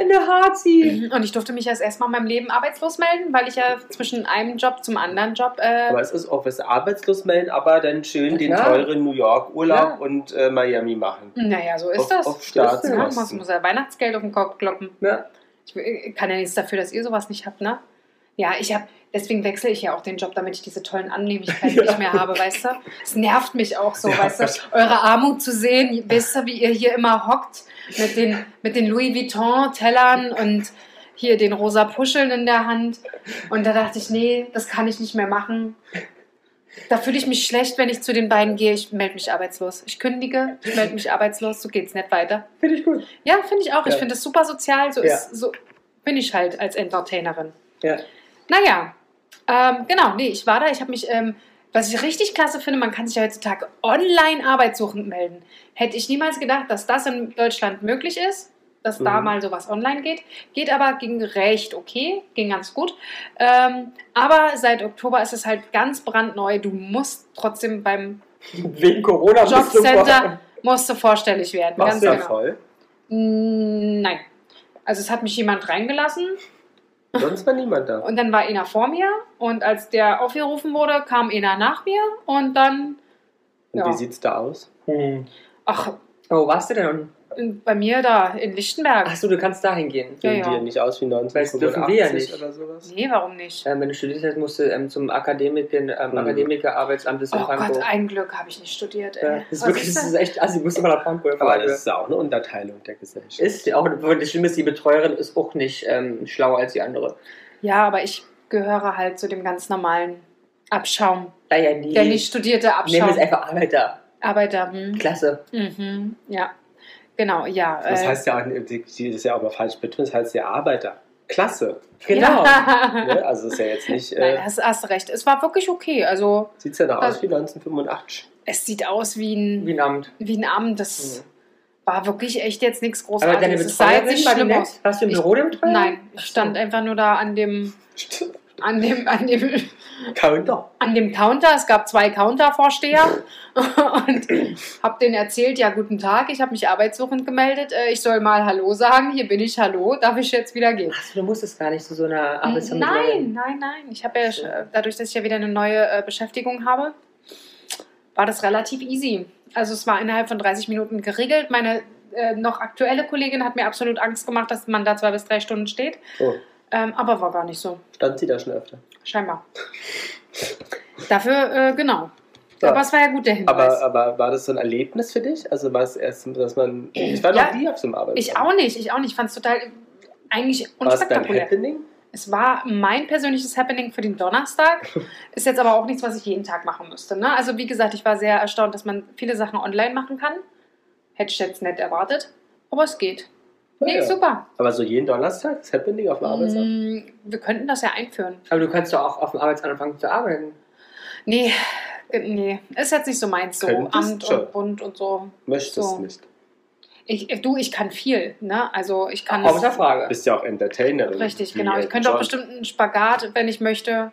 Speaker 1: eine Harzi.
Speaker 3: Und ich durfte mich erst erstmal in meinem Leben arbeitslos melden, weil ich ja zwischen einem Job zum anderen Job.
Speaker 2: Aber
Speaker 3: Äh,
Speaker 2: es ist auch was arbeitslos melden, aber dann schön
Speaker 1: Na
Speaker 2: den
Speaker 1: klar.
Speaker 2: teuren New York Urlaub
Speaker 1: Ja.
Speaker 2: und äh, Miami machen.
Speaker 3: naja, so
Speaker 2: auf,
Speaker 3: ist das.
Speaker 2: Auf
Speaker 3: ja, muss,
Speaker 2: Staatskosten.
Speaker 3: muss ja Weihnachtsgeld auf den Kopf kloppen.
Speaker 1: Ja.
Speaker 3: Ich äh, kann ja nichts dafür, dass ihr sowas nicht habt, ne? Ja, ich habe. Deswegen wechsle ich ja auch den Job, damit ich diese tollen Annehmlichkeiten nicht mehr habe, weißt du? Es nervt mich auch so, weißt du? Eure Armut zu sehen, wisst ihr, wie ihr hier immer hockt mit den, mit den Louis Vuitton-Tellern und hier den rosa Puscheln in der Hand. Und da dachte ich, nee, das kann ich nicht mehr machen. Da fühle ich mich schlecht, wenn ich zu den beiden gehe. Ich melde mich arbeitslos. Ich kündige, ich melde mich arbeitslos, so geht's nicht weiter.
Speaker 1: Finde ich gut.
Speaker 3: Ja, finde ich auch. Ich
Speaker 1: Ja.
Speaker 3: finde es super sozial. So,
Speaker 1: Ja.
Speaker 3: ist, so bin ich halt als Entertainerin.
Speaker 1: Ja.
Speaker 3: Naja, ähm, genau, nee, ich war da. Ich habe mich, ähm, was ich richtig klasse finde, man kann sich ja heutzutage online arbeitssuchend melden. Hätte ich niemals gedacht, dass das in Deutschland möglich ist, dass da
Speaker 2: Mhm.
Speaker 3: mal sowas online geht. Geht aber, ging recht okay, ging ganz gut. Ähm, aber seit Oktober ist es halt ganz brandneu. Du musst trotzdem beim
Speaker 1: Wegen Corona bist du
Speaker 3: Jobcenter musst du vorstellig werden.
Speaker 2: Warst
Speaker 3: Ganz
Speaker 2: du da
Speaker 3: genau.
Speaker 2: voll?
Speaker 3: Mm, Nein. Also es hat mich jemand reingelassen
Speaker 2: Sonst war niemand da.
Speaker 3: Und dann war einer vor mir und als der aufgerufen wurde, kam einer nach mir und dann,
Speaker 2: Und
Speaker 3: Ja.
Speaker 2: wie sieht's da aus?
Speaker 1: Hm.
Speaker 3: ach,
Speaker 1: Oh, warst du denn?
Speaker 3: bei mir da in Lichtenberg.
Speaker 1: Achso, du kannst dahin gehen.
Speaker 3: Ja,
Speaker 2: Sehen
Speaker 3: ja.
Speaker 2: die ja nicht aus wie
Speaker 1: Weißt, dürfen wir ja
Speaker 2: 1985
Speaker 1: nicht.
Speaker 2: oder sowas?
Speaker 3: Nee, warum nicht?
Speaker 1: Ähm, wenn du studiert hast, musst du ähm, zum Akademiker, ähm,
Speaker 2: Mhm.
Speaker 1: Akademikerarbeitsamt
Speaker 3: Oh
Speaker 1: in Frankfurt.
Speaker 3: Gott, ein Glück habe ich nicht studiert. Ey.
Speaker 1: Ja, das ist
Speaker 3: Was
Speaker 1: wirklich,
Speaker 3: ist
Speaker 1: das
Speaker 3: das?
Speaker 1: ist echt, also ich muss immer nach Frankfurt
Speaker 2: Aber
Speaker 1: fahren.
Speaker 2: das ist auch eine Unterteilung der Gesellschaft.
Speaker 1: Ist ja auch, und das Schlimme ist, die Betreuerin ist auch nicht ähm, schlauer als die andere.
Speaker 3: Ja, aber ich gehöre halt zu dem ganz normalen Abschaum.
Speaker 1: Naja, nie.
Speaker 3: Der nicht studierte
Speaker 1: Nehmen wir es
Speaker 3: Abschaum.
Speaker 1: einfach Arbeiter.
Speaker 3: Arbeiter. Hm.
Speaker 1: Klasse.
Speaker 3: Mhm. Ja, genau, ja.
Speaker 2: Das
Speaker 3: äh,
Speaker 2: heißt ja, auch- die- die ist ja auch mal falsch betont, das heißt ja Arbeiter. Klasse.
Speaker 1: Genau.
Speaker 3: Ja.
Speaker 2: Ne? Also ist ja jetzt nicht,
Speaker 3: Nein,
Speaker 2: äh,
Speaker 3: hast, hast recht. Es war wirklich okay. Also,
Speaker 2: sieht's ja noch
Speaker 3: das-
Speaker 2: aus wie 1985.
Speaker 3: es sieht aus wie ein,
Speaker 1: Wie ein
Speaker 3: wie,
Speaker 1: Amt.
Speaker 3: ein Abend. Das war wirklich echt jetzt nichts
Speaker 1: Aber
Speaker 3: Großartiges.
Speaker 1: deine
Speaker 3: es sah jetzt
Speaker 1: Betreuerin
Speaker 3: nicht
Speaker 1: war die
Speaker 3: schlimm
Speaker 1: nett?
Speaker 3: aus.
Speaker 1: Warst du im
Speaker 3: Ich-
Speaker 1: Büro der Betreuerin?
Speaker 3: Nein, ich stand einfach nur da an dem, an dem, an dem
Speaker 2: Counter.
Speaker 3: an dem Counter, es gab zwei Countervorsteher und habe denen erzählt, ja, guten Tag, ich habe mich arbeitssuchend gemeldet, äh, ich soll mal Hallo sagen, hier bin ich, hallo, darf ich jetzt wieder gehen?
Speaker 1: Achso, du musstest gar nicht zu so einer
Speaker 3: Äh, nein, nein, nein, ich habe ja, äh, dadurch, dass ich ja wieder eine neue äh, Beschäftigung habe, war das relativ easy. Also es war innerhalb von 30 Minuten geregelt, meine äh, noch aktuelle Kollegin hat mir absolut Angst gemacht, dass man da zwei bis drei Stunden steht,
Speaker 2: Oh,
Speaker 3: ähm, aber war gar nicht so.
Speaker 2: stand sie da schon öfter.
Speaker 3: Scheinbar. Dafür, äh, genau.
Speaker 2: Ja.
Speaker 3: Aber es war ja gut der
Speaker 2: Aber,
Speaker 3: Hinweis.
Speaker 2: aber war das so ein Erlebnis für dich? Also war es erst, dass man. Ich war
Speaker 3: Ja.
Speaker 2: noch nie auf so einem Arbeitsplatz.
Speaker 3: ich auch nicht, ich auch nicht. Ich fand es total äh, eigentlich
Speaker 2: War es dein
Speaker 3: unspektakulär.
Speaker 2: Happening?
Speaker 3: Es war mein persönliches Happening für den Donnerstag. Ist jetzt aber auch nichts, was ich jeden Tag machen müsste. Ne? Also wie gesagt, ich war sehr erstaunt, dass man viele Sachen online machen kann. Hätte ich jetzt nicht erwartet. Aber es geht. Nee,
Speaker 2: Ah Ja.
Speaker 3: super.
Speaker 2: Aber so jeden Donnerstag das Happening auf dem Arbeitsamt?
Speaker 3: Mm, wir könnten das ja einführen.
Speaker 1: Aber du kannst doch auch auf dem Arbeitsamt anfangen zu arbeiten.
Speaker 3: Nee, äh, nee. Ist jetzt nicht so meins, so
Speaker 2: Könntest
Speaker 3: Amt
Speaker 2: schon.
Speaker 3: und Bund und so.
Speaker 2: Möchtest
Speaker 3: so.
Speaker 2: nicht.
Speaker 3: Ich, äh, du, ich kann viel, ne? Also ich kann
Speaker 1: Außer Frage.
Speaker 2: Bist ja auch Entertainerin.
Speaker 3: richtig,
Speaker 2: Wie
Speaker 3: genau. Ich
Speaker 2: Elton
Speaker 3: könnte auch
Speaker 2: John.
Speaker 3: bestimmt einen Spagat, wenn ich möchte.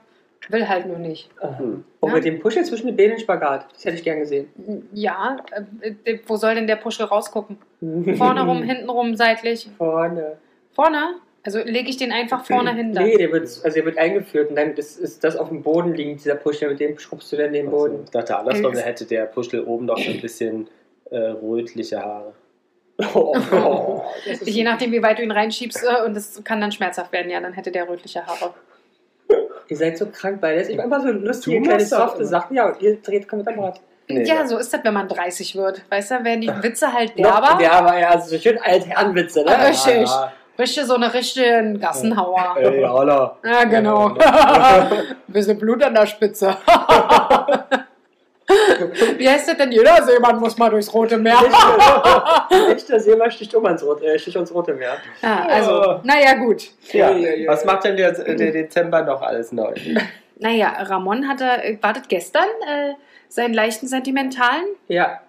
Speaker 3: Will halt nur nicht.
Speaker 2: Hm.
Speaker 1: Äh, Und
Speaker 3: Ja.
Speaker 1: mit dem Puschel zwischen den Beinen Spagat. Das hätte ich gern gesehen.
Speaker 3: Ja, äh, wo soll denn der Puschel rausgucken? Vorne rum, hinten rum, seitlich.
Speaker 1: Vorne.
Speaker 3: Vorne? Also lege ich den einfach vorne hin dann.
Speaker 1: Nee, der wird, also der wird eingeführt und dann ist, ist das auf dem Boden liegend, dieser Puschel, mit dem schrubbst du dann den
Speaker 2: Also,
Speaker 1: Boden.
Speaker 2: ich dachte andersrum,
Speaker 3: Elf.
Speaker 2: da hätte der Puschel oben noch so ein bisschen äh, rötliche Haare.
Speaker 1: Oh, oh, das ist-
Speaker 3: Je nachdem, wie weit du ihn reinschiebst äh, und das kann dann schmerzhaft werden. Ja, dann hätte der rötliche Haare.
Speaker 1: Ihr seid so krank beides. Ich bin einfach so lustige,
Speaker 2: Du
Speaker 1: kleine,
Speaker 2: machst das
Speaker 1: softe
Speaker 2: immer.
Speaker 1: Sachen. Ja, und ihr dreht komplett am Rad.
Speaker 2: Nee,
Speaker 3: ja,
Speaker 2: ja.
Speaker 3: so ist das, wenn man 30 wird. Weißt du, dann werden die Witze halt
Speaker 1: Noch-
Speaker 3: derber.
Speaker 1: Der aber ja, also so schön Altherrenwitze, ne?
Speaker 3: Aber Richtig. Richtig, so eine richtige Gassenhauer.
Speaker 2: Ey, Alter.
Speaker 3: Ja, genau. bisschen Blut an der Spitze. Wie heißt das denn? Jeder Seemann muss mal durchs Rote Meer.
Speaker 1: Nicht der Seemann sticht um ans Rote, äh, sticht ums Rote Meer.
Speaker 3: Ja, also, naja, gut.
Speaker 2: Ja.
Speaker 1: Ja, ja, ja.
Speaker 2: Was macht denn der, der Dezember noch alles neu?
Speaker 3: Naja, Ramon hatte, äh, wartet gestern äh, seinen leichten Sentimentalen.
Speaker 1: Ja,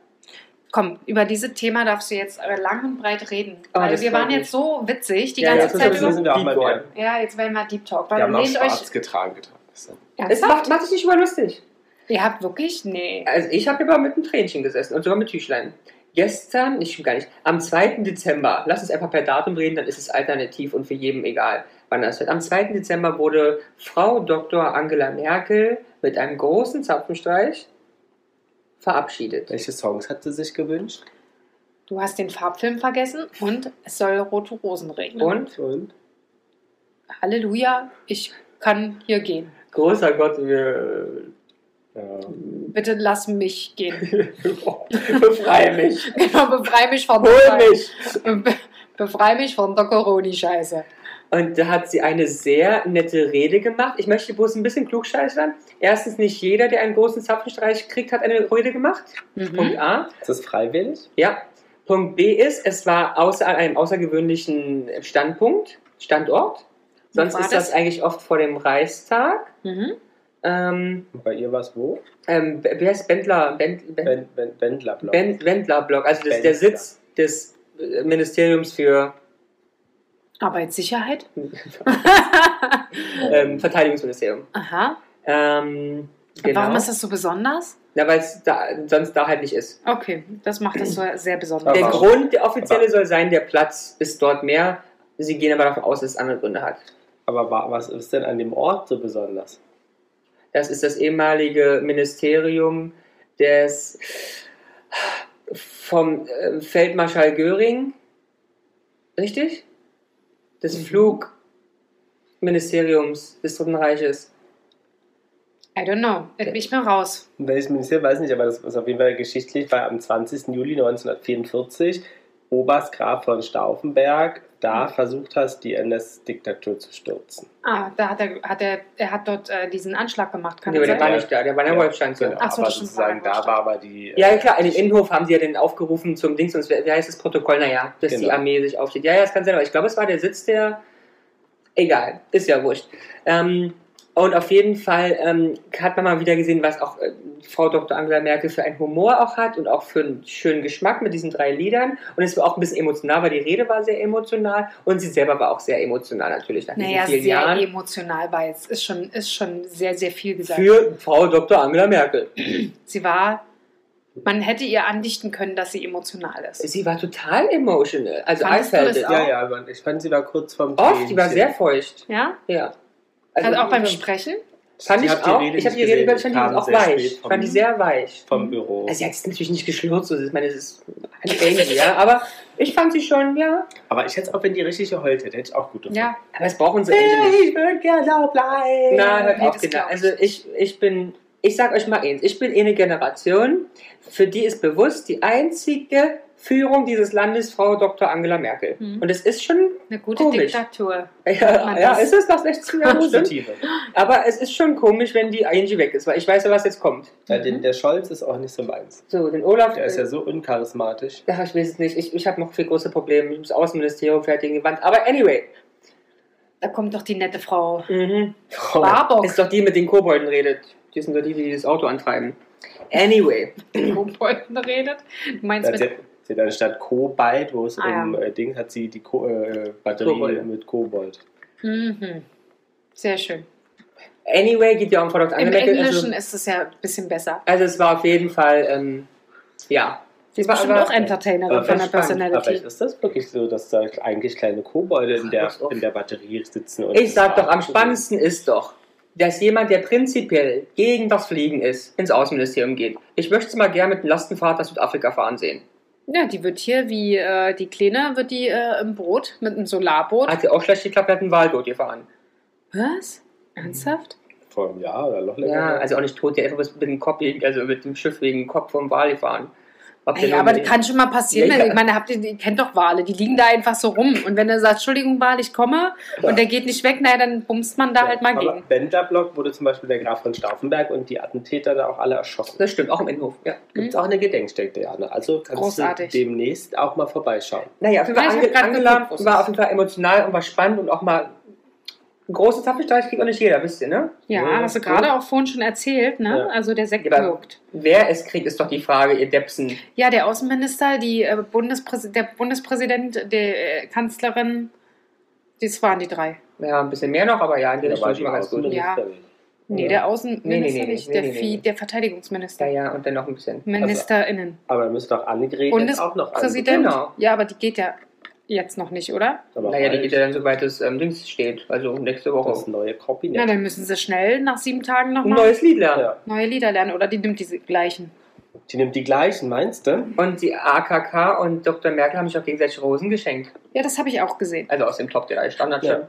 Speaker 3: Komm, über dieses Thema darfst du jetzt äh, lang und breit reden.
Speaker 1: Oh,
Speaker 2: Ah,
Speaker 3: weil
Speaker 1: das
Speaker 3: wir
Speaker 1: freut
Speaker 3: waren
Speaker 1: mich.
Speaker 3: jetzt so witzig die
Speaker 1: Ja,
Speaker 2: ja,
Speaker 3: ganze
Speaker 2: das
Speaker 3: Zeit
Speaker 2: ist-
Speaker 3: über.
Speaker 2: sind wir auch mal
Speaker 1: Deep
Speaker 2: wieder.
Speaker 3: Ja, jetzt werden wir Deep Talk. Weil
Speaker 2: Wir haben auch
Speaker 3: lehnt
Speaker 2: schwarz
Speaker 3: euch.
Speaker 2: getragen getragen. gestern.
Speaker 1: es
Speaker 3: Ernsthaft?
Speaker 1: macht, macht dich nicht mal lustig.
Speaker 3: Ihr habt wirklich? Nee.
Speaker 1: Also ich habe immer mit einem Tränchen gesessen und sogar mit Tüchlein. Gestern, ich stimmt gar nicht, am 2. Dezember, lass uns einfach per Datum reden, dann ist es alternativ und für jeden egal, wann das wird. Am 2. Dezember wurde Frau Dr. Angela Merkel mit einem großen Zapfenstreich verabschiedet.
Speaker 2: Welche Songs hat sie sich gewünscht?
Speaker 3: Du hast den Farbfilm vergessen und es soll rote Rosen regnen.
Speaker 2: Oh.
Speaker 1: Und?
Speaker 2: Und?
Speaker 3: Halleluja, ich kann hier gehen.
Speaker 1: Großer Gott, wir
Speaker 2: Ja.
Speaker 3: Bitte lass mich gehen.
Speaker 1: befreie mich,
Speaker 3: genau, befreie mich von
Speaker 1: hol mich.
Speaker 3: Be befreie mich von der Corona-Scheiße.
Speaker 1: Und da hat sie eine sehr nette Rede gemacht. Ich möchte bloß ein bisschen klugscheißern. Erstens, nicht jeder, der einen großen Zapfenstreich kriegt, hat eine Rede gemacht.
Speaker 3: Mhm,
Speaker 1: Punkt A.
Speaker 2: Ist das freiwillig?
Speaker 1: Ja. Punkt B ist, es war außer an einem außergewöhnlichen Standpunkt, Standort. Sonst
Speaker 3: Wo war
Speaker 1: ist das?
Speaker 3: das?
Speaker 1: eigentlich oft vor dem Reichstag.
Speaker 3: Mhm.
Speaker 1: Ähm,
Speaker 2: Und bei ihr war es wo?
Speaker 1: ähm, B- wer ist Bendler? Bend, Bend,
Speaker 2: Ben, ben, Bendler Block.
Speaker 1: Bend, Bendlerblock, also das, der
Speaker 2: Bendler.
Speaker 1: Sitz des äh, Ministeriums für
Speaker 3: Arbeitssicherheit?
Speaker 1: ähm, Verteidigungsministerium.
Speaker 3: Aha.
Speaker 1: Ähm, genau.
Speaker 3: Warum ist das so besonders?
Speaker 1: Na, weil es da, sonst da halt nicht ist.
Speaker 3: Okay, das macht das so sehr besonders.
Speaker 2: Aber-
Speaker 1: Der
Speaker 2: warum?
Speaker 1: Grund, der offizielle
Speaker 2: Aber-
Speaker 1: soll sein, der Platz ist dort mehr. Sie gehen aber davon aus, dass es andere Gründe hat.
Speaker 2: Aber wa- was ist denn an dem Ort so besonders?
Speaker 1: Das ist das ehemalige Ministerium des vom äh, Feldmarschall Göring, richtig? Des
Speaker 3: Mhm.
Speaker 1: Flugministeriums des Dritten Reiches.
Speaker 3: I don't know. Da bin ich mal raus.
Speaker 2: Welches Ministerium weiß ich nicht, aber das ist auf jeden Fall geschichtlich, weil am 20. Juli 1944 Oberst Graf von Stauffenberg da
Speaker 1: Mhm.
Speaker 2: versucht hast, die NS-Diktatur zu stürzen.
Speaker 3: Ah, da hat er, hat er, er hat dort äh, diesen Anschlag gemacht, kann
Speaker 1: Nee,
Speaker 3: das
Speaker 1: aber der
Speaker 3: sein?
Speaker 1: war nicht da, der war in der Wolfstein.
Speaker 2: Genau,
Speaker 3: Ach so,
Speaker 2: aber
Speaker 3: das stimmt,
Speaker 2: sozusagen
Speaker 3: war
Speaker 2: da war aber die. äh,
Speaker 1: Ja, klar, in den Innenhof haben sie ja den aufgerufen zum Dings, und wie heißt das Protokoll? Naja, dass die
Speaker 2: Genau.
Speaker 1: Armee sich aufsteht. Ja, ja, das kann sein, aber ich glaube, es war der Sitz der. Egal, ist ja wurscht. Ähm, und auf jeden Fall ähm, hat man mal wieder gesehen, was auch äh, Frau Dr. Angela Merkel für einen Humor auch hat und auch für einen schönen Geschmack mit diesen drei Liedern. Und es war auch ein bisschen emotional, weil die Rede war sehr emotional und sie selber war auch sehr emotional natürlich nach
Speaker 3: Naja,
Speaker 1: diesen
Speaker 3: sehr
Speaker 1: vielen Jahren.
Speaker 3: emotional war jetzt. Ist schon, ist schon sehr, sehr viel gesagt.
Speaker 1: Für Frau Dr. Angela Merkel.
Speaker 3: sie war, man hätte ihr andichten können, dass sie emotional ist.
Speaker 1: Sie war total emotional, also
Speaker 3: Fandest du
Speaker 1: einfältig.
Speaker 3: das
Speaker 2: Ja, ja, aber ich fand, sie war kurz vorm
Speaker 1: Oft, die war
Speaker 2: Tränchen.
Speaker 1: sehr feucht.
Speaker 3: ja?
Speaker 1: Ja.
Speaker 3: Also, auch beim
Speaker 1: die-
Speaker 3: Sprechen?
Speaker 1: Fand ich
Speaker 2: Ich hab die
Speaker 1: auch.
Speaker 2: Rede
Speaker 1: Ich habe
Speaker 2: nicht
Speaker 1: die Rede
Speaker 2: gesehen,
Speaker 1: gehört, ich fand die
Speaker 2: kam
Speaker 1: auch
Speaker 2: sehr
Speaker 1: weich.
Speaker 2: spät vom-
Speaker 1: fand die sehr weich.
Speaker 2: Vom Büro.
Speaker 1: Also sie hat es natürlich nicht geschlurzt, so, ich meine, es ist eine Baby, ja. Aber ich fand sie schon, ja.
Speaker 2: Aber ich hätte es auch, wenn die richtig geheult hätte, hätte ich auch gut gefunden.
Speaker 3: Ja.
Speaker 1: Aber das brauchen sie eigentlich nicht.
Speaker 2: würde gerne da bleiben.
Speaker 1: Na, hört
Speaker 3: Nee,
Speaker 1: auf,
Speaker 3: das
Speaker 1: genau.
Speaker 3: glaub ich.
Speaker 1: Also ich, ich bin, ich sag euch mal eins, ich bin eh eine Generation, für die ist bewusst die einzige Führung dieses Landes Frau Dr. Angela Merkel.
Speaker 3: Mhm.
Speaker 1: Und es ist schon,
Speaker 3: Eine gute
Speaker 1: Komisch.
Speaker 3: Diktatur.
Speaker 1: ja,
Speaker 3: man
Speaker 1: ja
Speaker 3: das?
Speaker 1: ist es nach 16 Jahren sind.
Speaker 2: Positive.
Speaker 1: Aber es ist schon komisch, wenn die ING weg ist, weil ich weiß ja, was jetzt kommt.
Speaker 2: Ja, den, der Scholz ist auch nicht so meins.
Speaker 1: So, den Olaf. äh,
Speaker 2: Der ist ja so uncharismatisch.
Speaker 1: Ach, ich weiß es nicht. Ich, ich habe noch viel große Probleme. Das Außenministerium fährt gegen die Wand. Aber anyway.
Speaker 3: Da kommt doch die nette Frau
Speaker 1: Mhm.
Speaker 2: Frau
Speaker 3: Barbock.
Speaker 1: Ist doch die, mit den Kobolden redet. Die sind doch die, die das Auto antreiben. Anyway.
Speaker 3: Kobolden redet. Du meinst
Speaker 2: Ja,
Speaker 3: mit
Speaker 2: sie, hat- sie hat anstatt Kobalt, wo es
Speaker 3: Ah, ja.
Speaker 2: um äh, Ding hat, sie die Ko äh, Batterie
Speaker 1: Kobold.
Speaker 2: mit Kobold.
Speaker 3: Mhm. Sehr schön.
Speaker 1: Anyway geht ja um Frau Dr.
Speaker 3: Im
Speaker 1: Angela Merkel.
Speaker 3: Englischen
Speaker 1: Also,
Speaker 3: ist es ja ein bisschen besser.
Speaker 1: also es war auf jeden Fall, ähm, ja.
Speaker 3: Sie ist
Speaker 1: War-
Speaker 3: bestimmt
Speaker 1: war-
Speaker 3: auch Entertainerin
Speaker 2: war
Speaker 3: von der
Speaker 1: spannend,
Speaker 2: Aber vielleicht
Speaker 3: Personality.
Speaker 2: ist das wirklich so, dass da eigentlich kleine Kobolde in der,
Speaker 1: pass auf.
Speaker 2: in der Batterie sitzen. Und
Speaker 1: Ich sag doch, am
Speaker 2: spannendsten.
Speaker 1: spannendsten ist doch, dass jemand, der prinzipiell gegen das Fliegen ist, ins Außenministerium geht. Ich möchte es mal gerne mit einem Lastenfahrt nach Südafrika fahren sehen.
Speaker 3: Ja, die wird hier wie äh, die Kleine, wird die äh, im Brot mit einem Solarboot.
Speaker 2: Ah.
Speaker 1: Hat ja auch schlecht geklappt, hat ein Wahlboot gefahren.
Speaker 3: Was? Ernsthaft?
Speaker 2: Vor einem Jahr oder noch länger.
Speaker 1: Ja, also auch nicht tot, der einfach mit dem Kopf, also mit dem Schiff wegen dem Kopf vom Wal gefahren. Habt ihr
Speaker 3: Ey,
Speaker 1: noch
Speaker 3: aber
Speaker 1: mal-
Speaker 3: das kann schon mal passieren.
Speaker 1: Ja, ja.
Speaker 3: Ich meine, habt ihr, ihr kennt doch Wale, die liegen da einfach so rum. Und wenn er sagt, Entschuldigung, Wal, ich komme, und der geht nicht weg, naja, dann bumst man da halt mal
Speaker 2: Aber
Speaker 3: gegen.
Speaker 2: Bendlerblock wurde zum Beispiel der Graf von Stauffenberg und die Attentäter da auch alle erschossen.
Speaker 1: Das stimmt, auch im Innenhof, ja.
Speaker 2: Gibt es auch eine Gedenkstätte, Jana. Also kannst
Speaker 3: Großartig.
Speaker 2: du demnächst auch mal vorbeischauen.
Speaker 1: Naja, auf jeden Fall,
Speaker 3: Ja, ich hab
Speaker 1: Ange
Speaker 3: grad
Speaker 1: Angela
Speaker 3: geguckt, wo es
Speaker 1: war
Speaker 3: ist.
Speaker 1: auf jeden Fall emotional und war spannend und auch mal ein großes Tafelstreich kriegt auch nicht jeder, wisst ihr, ne?
Speaker 3: Ja,
Speaker 2: Ja,
Speaker 3: hast du
Speaker 2: ja.
Speaker 3: gerade auch vorhin schon erzählt, ne?
Speaker 2: Ja. Genau.
Speaker 3: Also der Sekt
Speaker 1: Ja, aber-
Speaker 3: wirkt.
Speaker 1: Wer es kriegt, ist doch die Frage, ihr Depsen.
Speaker 3: Ja, der Außenminister, die äh, Bundespräs der Bundespräsident, die äh, Kanzlerin, das waren die drei.
Speaker 1: Ja, ein bisschen mehr noch, aber ja, in die
Speaker 2: Da
Speaker 1: Richtung
Speaker 2: war
Speaker 1: ist schon
Speaker 2: die
Speaker 1: mal ganz gut.
Speaker 2: Außenministerin.
Speaker 3: Nee,
Speaker 1: Ja.
Speaker 3: der Außenminister
Speaker 1: Nee, nee, nee,
Speaker 3: nicht,
Speaker 1: nee,
Speaker 3: der,
Speaker 1: nee, nee,
Speaker 3: Vieh-
Speaker 1: nee. also
Speaker 3: der Verteidigungsminister.
Speaker 1: Ja, ja, und dann noch ein bisschen.
Speaker 3: MinisterInnen.
Speaker 2: Aber da müsste doch Annegret jetzt auch noch
Speaker 3: Bundespräsident.
Speaker 1: Genau.
Speaker 3: Ja, aber die geht ja jetzt noch nicht, oder?
Speaker 2: Aber
Speaker 1: Naja, die
Speaker 2: bald
Speaker 1: geht ja dann, soweit es ähm, links steht, also nächste
Speaker 2: das
Speaker 1: Woche.
Speaker 2: neue
Speaker 3: Na,
Speaker 2: Kabinett.
Speaker 3: dann müssen sie schnell nach sieben Tagen
Speaker 1: Ein
Speaker 3: nochmal
Speaker 1: neues Lied lernen.
Speaker 2: ja.
Speaker 3: neue Lieder lernen. Oder die nimmt diese gleichen.
Speaker 2: Die nimmt die gleichen, meinst du?
Speaker 1: Und die AKK und Dr. Merkel haben sich auch gegenseitig Rosen geschenkt.
Speaker 3: Ja, das habe ich auch gesehen.
Speaker 1: Also aus dem Top 3 Standard
Speaker 2: Ja.
Speaker 1: schon.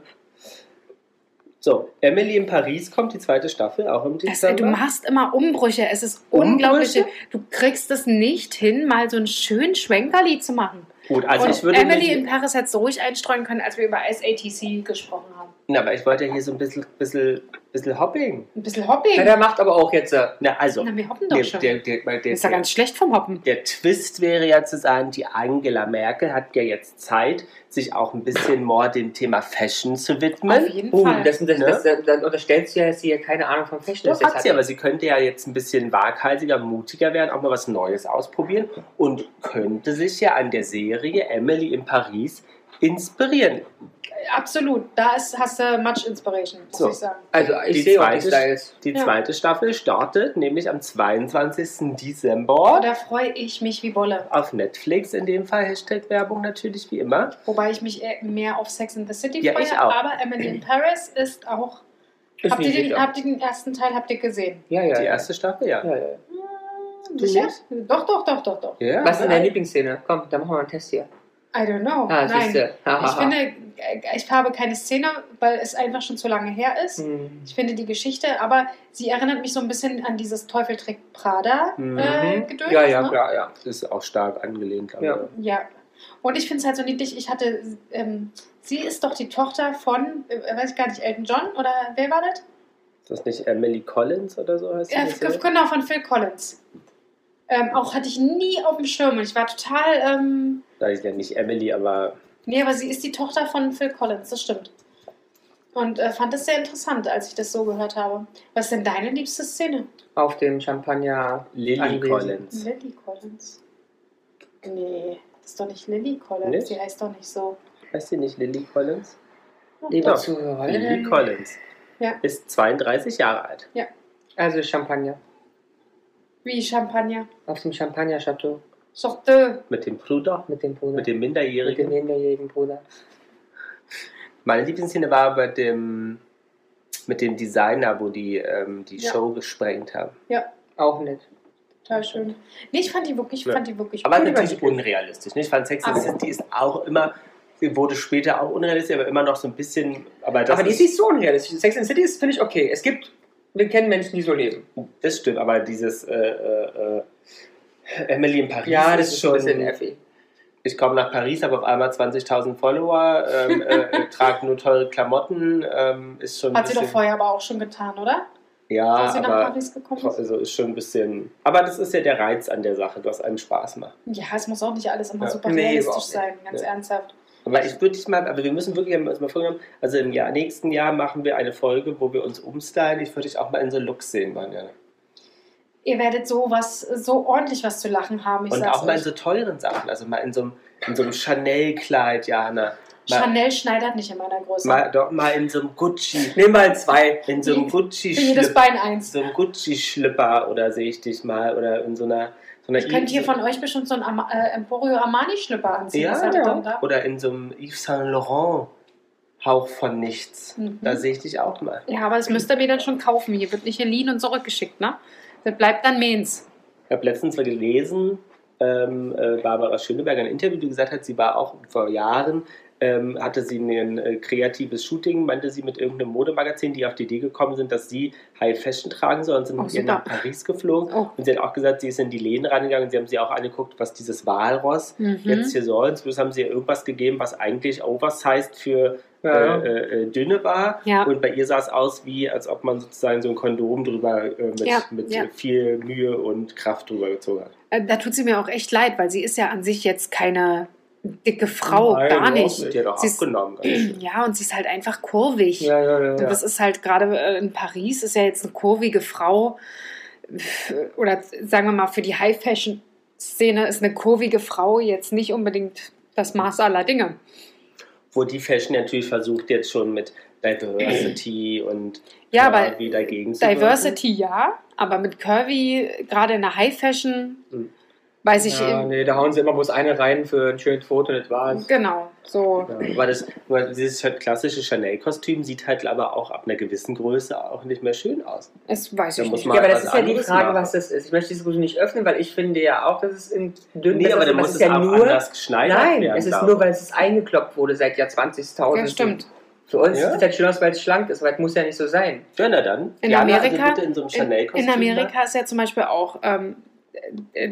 Speaker 2: So, Emily in Paris kommt die zweite Staffel, auch im
Speaker 3: Das, äh, du
Speaker 2: Dezember.
Speaker 3: machst immer Umbrüche. Es ist
Speaker 2: Umbrüche?
Speaker 3: unglaublich. Du kriegst es nicht hin, mal so einen schönen Schwenkerlied zu machen.
Speaker 2: Gut, also
Speaker 3: Und
Speaker 2: ich würde
Speaker 3: Emily in
Speaker 2: nicht,
Speaker 3: Paris hätte es ruhig einstreuen können, als wir über SATC gesprochen haben.
Speaker 2: na, aber ich wollte ja hier so ein bisschen, bisschen, bisschen hopping.
Speaker 3: Ein bisschen Hopping.
Speaker 1: Na, der macht aber auch jetzt. äh,
Speaker 2: Na, also,
Speaker 3: Na, wir hoppen doch
Speaker 2: der,
Speaker 3: schon.
Speaker 2: der, der, der, der,
Speaker 3: ist ja ganz schlecht vom Hoppen.
Speaker 2: der Twist wäre ja zu sagen, die Angela Merkel hat ja jetzt Zeit, sich auch ein bisschen more dem Thema Fashion zu widmen.
Speaker 3: Auf jeden
Speaker 1: Uh,
Speaker 3: Fall.
Speaker 1: das, das,
Speaker 2: Ne?
Speaker 1: das, das, dann unterstellst du ja, dass sie ja keine Ahnung vom Fashion
Speaker 2: Das
Speaker 1: ist. Jetzt
Speaker 2: hat sie, aber sie könnte ja jetzt ein bisschen waghalsiger, mutiger werden, auch mal was Neues ausprobieren und könnte sich ja an der Serie Emily in Paris inspirieren
Speaker 3: absolut. Da ist, hast du much Inspiration, muss
Speaker 2: So.
Speaker 3: ich sagen.
Speaker 1: Also ich
Speaker 2: Die
Speaker 1: sehe auch die
Speaker 2: zweite-
Speaker 1: Styles.
Speaker 2: Die
Speaker 3: Ja.
Speaker 2: zweite Staffel startet nämlich am 22.
Speaker 3: Oh,
Speaker 2: Dezember
Speaker 3: da freue ich mich wie Bolle.
Speaker 2: auf Netflix, in dem Fall Hashtag Werbung natürlich wie immer.
Speaker 3: Wobei ich mich eher mehr auf Sex and the City
Speaker 2: Ja,
Speaker 3: freue.
Speaker 2: ich auch.
Speaker 3: Aber Emily in Paris ist auch.
Speaker 1: Ist
Speaker 3: habt, ihr
Speaker 1: niedlich
Speaker 3: den,
Speaker 1: auch.
Speaker 3: habt ihr den ersten Teil habt ihr gesehen?
Speaker 1: Ja, ja.
Speaker 2: Die erste Staffel, ja.
Speaker 1: ja, ja.
Speaker 3: Hm,
Speaker 2: Du
Speaker 3: Sicher?
Speaker 2: nicht?
Speaker 3: Doch, doch, doch, doch, doch.
Speaker 2: Ja,
Speaker 1: Was ist denn deine
Speaker 2: nein.
Speaker 1: Lieblingsszene? Komm, da machen wir mal einen Test hier.
Speaker 3: I don't know.
Speaker 1: Ah,
Speaker 3: Nein.
Speaker 1: siehste.
Speaker 3: Ich finde, ich habe keine Szene, weil es einfach schon zu lange her ist.
Speaker 1: Hm.
Speaker 3: Ich finde die Geschichte, aber sie erinnert mich so ein bisschen an dieses Teufeltrick Prada
Speaker 2: Mhm.
Speaker 3: äh, Gedöns.
Speaker 1: Ja, ja,
Speaker 3: ne?
Speaker 1: klar, ja.
Speaker 2: Ist auch stark angelehnt an
Speaker 1: Ja.
Speaker 3: Ja. Und ich finde es halt so niedlich. Ich hatte, ähm, sie ist doch die Tochter von, äh, weiß ich gar nicht, Elton John oder wer war das?
Speaker 2: Ist das nicht Emily Collins oder so heißt die
Speaker 3: Ja,
Speaker 2: nicht so?
Speaker 3: f- genau, von Phil Collins. Ähm, auch hatte ich nie auf dem Schirm und ich war total, ähm,
Speaker 2: Da ist ja nicht Emily, aber
Speaker 3: nee, aber sie ist die Tochter von Phil Collins, das stimmt. Und äh, fand das sehr interessant, als ich das so gehört habe. Was ist denn deine liebste Szene?
Speaker 1: Auf dem Champagner.
Speaker 2: Lily
Speaker 1: Anwesend.
Speaker 2: Collins.
Speaker 3: Lily Collins. Nee, das ist doch nicht Lily Collins,
Speaker 2: Nicht?
Speaker 3: die heißt doch nicht so.
Speaker 2: Heißt sie nicht Lily Collins?
Speaker 1: Liebe
Speaker 2: Doch. Lily
Speaker 1: Zuhörerinnen.
Speaker 2: Collins.
Speaker 3: Ja.
Speaker 2: Ist 32 Jahre alt.
Speaker 1: Also Champagner.
Speaker 3: Wie Champagner.
Speaker 1: Auf dem Champagner-Chateau
Speaker 3: Sorte.
Speaker 2: Mit dem Bruder,
Speaker 1: mit dem Bruder.
Speaker 2: mit dem
Speaker 1: Mit dem
Speaker 2: Minderjährigen.
Speaker 1: minderjährigen Bruder.
Speaker 2: Meine Lieblingsszene war bei dem, mit dem Designer, wo die ähm, die
Speaker 3: Ja.
Speaker 2: Show gesprengt haben.
Speaker 1: Auch nicht.
Speaker 3: Total schön. Nee, ich fand die wirklich, ich
Speaker 2: Ja.
Speaker 3: fand die wirklich
Speaker 2: Aber
Speaker 3: cool.
Speaker 2: natürlich unrealistisch. Nicht? Ich fand Sex and the City ist auch immer, sie wurde später auch unrealistisch, aber immer noch so ein bisschen. Aber, das
Speaker 1: aber die
Speaker 2: ist,
Speaker 1: ist nicht so unrealistisch. Sex and the City ist, finde ich, okay. Es gibt, wir kennen Menschen, die so leben.
Speaker 2: Das stimmt, aber dieses äh, äh, äh, Emily in Paris
Speaker 1: Ja, das ist schon ein bisschen nervig.
Speaker 2: ich komme nach Paris, habe auf einmal 20.000 Follower, ähm, äh, äh, trage nur teure Klamotten, ähm, ist schon ein
Speaker 3: Hat sie
Speaker 2: bisschen,
Speaker 3: doch vorher aber auch schon getan, oder?
Speaker 2: ja,
Speaker 3: Als sie nach
Speaker 2: aber
Speaker 3: Paris gekommen ist.
Speaker 2: also ist schon ein bisschen, aber das ist ja der Reiz an der Sache, was einem Spaß macht.
Speaker 3: Ja, es muss auch nicht alles immer
Speaker 2: Ja.
Speaker 3: super
Speaker 1: Nee,
Speaker 3: realistisch
Speaker 1: überhaupt nicht.
Speaker 3: sein, ganz
Speaker 2: Ja.
Speaker 3: ernsthaft.
Speaker 2: Aber ich würde dich mal, aber wir müssen wirklich uns mal vorgenommen, also im Jahr, nächsten Jahr machen wir eine Folge, wo wir uns umstylen. Ich würde dich auch mal in so Looks sehen, Manja.
Speaker 3: Ihr werdet so was, so ordentlich was zu lachen haben. Ich
Speaker 2: Und
Speaker 3: sag's
Speaker 2: auch mal in
Speaker 3: euch.
Speaker 2: so teuren Sachen, also mal in so einem, in so einem Chanel-Kleid, Jana. Mal-
Speaker 3: Chanel schneidert nicht in meiner Größe.
Speaker 2: Mal, doch mal in so einem Gucci.
Speaker 1: Nehmen wir halt zwei.
Speaker 2: In so einem
Speaker 3: Für jedes
Speaker 2: Gucci-Schlipper.
Speaker 3: Bein eins.
Speaker 2: So einem Gucci-Schlipper oder sehe ich dich mal. Oder in so einer. So einer
Speaker 3: Ihr könnt hier
Speaker 2: Yves-
Speaker 3: von euch bestimmt so ein Ama äh, Emporio Armani-Schlipper anziehen.
Speaker 2: Ja,
Speaker 3: Was seid ihr
Speaker 2: ja.
Speaker 3: denn da?
Speaker 2: Oder in so einem Yves Saint Laurent. Hauch von nichts.
Speaker 3: Mhm.
Speaker 2: Da sehe ich dich auch mal.
Speaker 3: ja, aber das müsst ihr mir dann schon kaufen. Hier wird nicht geliehen und zurückgeschickt, ne? Das bleibt dann meins.
Speaker 2: Ich habe letztens mal gelesen, ähm, äh, Barbara Schöneberger in einem Interview, die gesagt hat, sie war auch vor Jahren, ähm, hatte sie ein äh, kreatives Shooting, meinte sie mit irgendeinem Modemagazin, die auf die Idee gekommen sind, dass sie High Fashion tragen soll und sind
Speaker 3: Oh,
Speaker 2: mit ihr
Speaker 3: super.
Speaker 2: nach Paris geflogen.
Speaker 3: Oh.
Speaker 2: Und sie hat auch gesagt, sie ist in die Läden rangegangen, sie haben sie auch angeguckt, was dieses Walross
Speaker 3: Mhm.
Speaker 2: jetzt hier soll. Und bloß haben sie ihr irgendwas gegeben, was eigentlich oversized für
Speaker 1: Ja.
Speaker 2: äh, äh, äh, dünne war.
Speaker 3: Ja.
Speaker 2: Und bei ihr sah es aus, wie als ob man sozusagen so ein Kondom drüber äh, mit,
Speaker 3: Ja,
Speaker 2: mit
Speaker 3: ja.
Speaker 2: äh, viel Mühe und Kraft drüber gezogen hat.
Speaker 3: Äh, Da tut sie mir auch echt leid, weil sie ist ja an sich jetzt keine dicke Frau, gar nicht.
Speaker 2: Wird ja doch
Speaker 3: Sie ist-
Speaker 2: abgenommen. ganz schön.
Speaker 3: Ja, und sie ist halt einfach kurvig.
Speaker 1: Ja, ja, ja.
Speaker 3: Und
Speaker 1: ja.
Speaker 3: das ist halt gerade äh, in Paris, ist ja jetzt eine kurvige Frau, f- oder sagen wir mal, für die High-Fashion-Szene ist eine kurvige Frau jetzt nicht unbedingt das Maß aller Dinge.
Speaker 2: Wo die Fashion natürlich versucht, jetzt schon mit Diversity und
Speaker 3: Ja,
Speaker 2: Curvy
Speaker 3: aber
Speaker 2: dagegen zu
Speaker 3: Diversity ja, aber mit Curvy, gerade in der High-Fashion,
Speaker 2: Mhm.
Speaker 3: weiß ich,
Speaker 1: ja,
Speaker 3: eben-
Speaker 1: nee, da hauen sie immer bloß eine rein für ein schönes Foto, das war's.
Speaker 3: genau, so.
Speaker 2: wirken. Ja, aber das, weil dieses klassische Chanel-Kostüm sieht halt aber auch ab einer gewissen Größe auch nicht mehr schön aus.
Speaker 3: Es weiß
Speaker 2: Da
Speaker 3: ich
Speaker 2: muss
Speaker 3: nicht.
Speaker 2: man-
Speaker 1: Ja, aber
Speaker 2: mal
Speaker 1: das
Speaker 2: was
Speaker 1: ist ja die
Speaker 2: anderes
Speaker 1: Frage,
Speaker 2: machen.
Speaker 1: was das ist. Ich möchte die Diskussion nicht öffnen, weil ich finde ja auch, dass es in dünn
Speaker 2: Nee,
Speaker 1: besser
Speaker 2: aber dann
Speaker 1: ist,
Speaker 2: muss
Speaker 1: es
Speaker 2: es
Speaker 1: ist ja
Speaker 2: auch
Speaker 1: nur.
Speaker 2: anders geschneidert
Speaker 1: Nein,
Speaker 2: werden.
Speaker 1: es ist
Speaker 2: glaube
Speaker 1: nur, weil es eingekloppt wurde seit Jahr 20.000.
Speaker 3: Ja, stimmt.
Speaker 1: Für uns
Speaker 2: Ja?
Speaker 1: sieht es halt schön aus, weil es schlank ist, weil es muss ja nicht so sein.
Speaker 2: ich. Ja, na dann.
Speaker 3: In
Speaker 2: Jana,
Speaker 3: Amerika-
Speaker 2: Also bitte in so einem
Speaker 3: In,
Speaker 2: Chanel-Kostüm.
Speaker 3: in Amerika ist ja zum Beispiel auch, ähm, äh,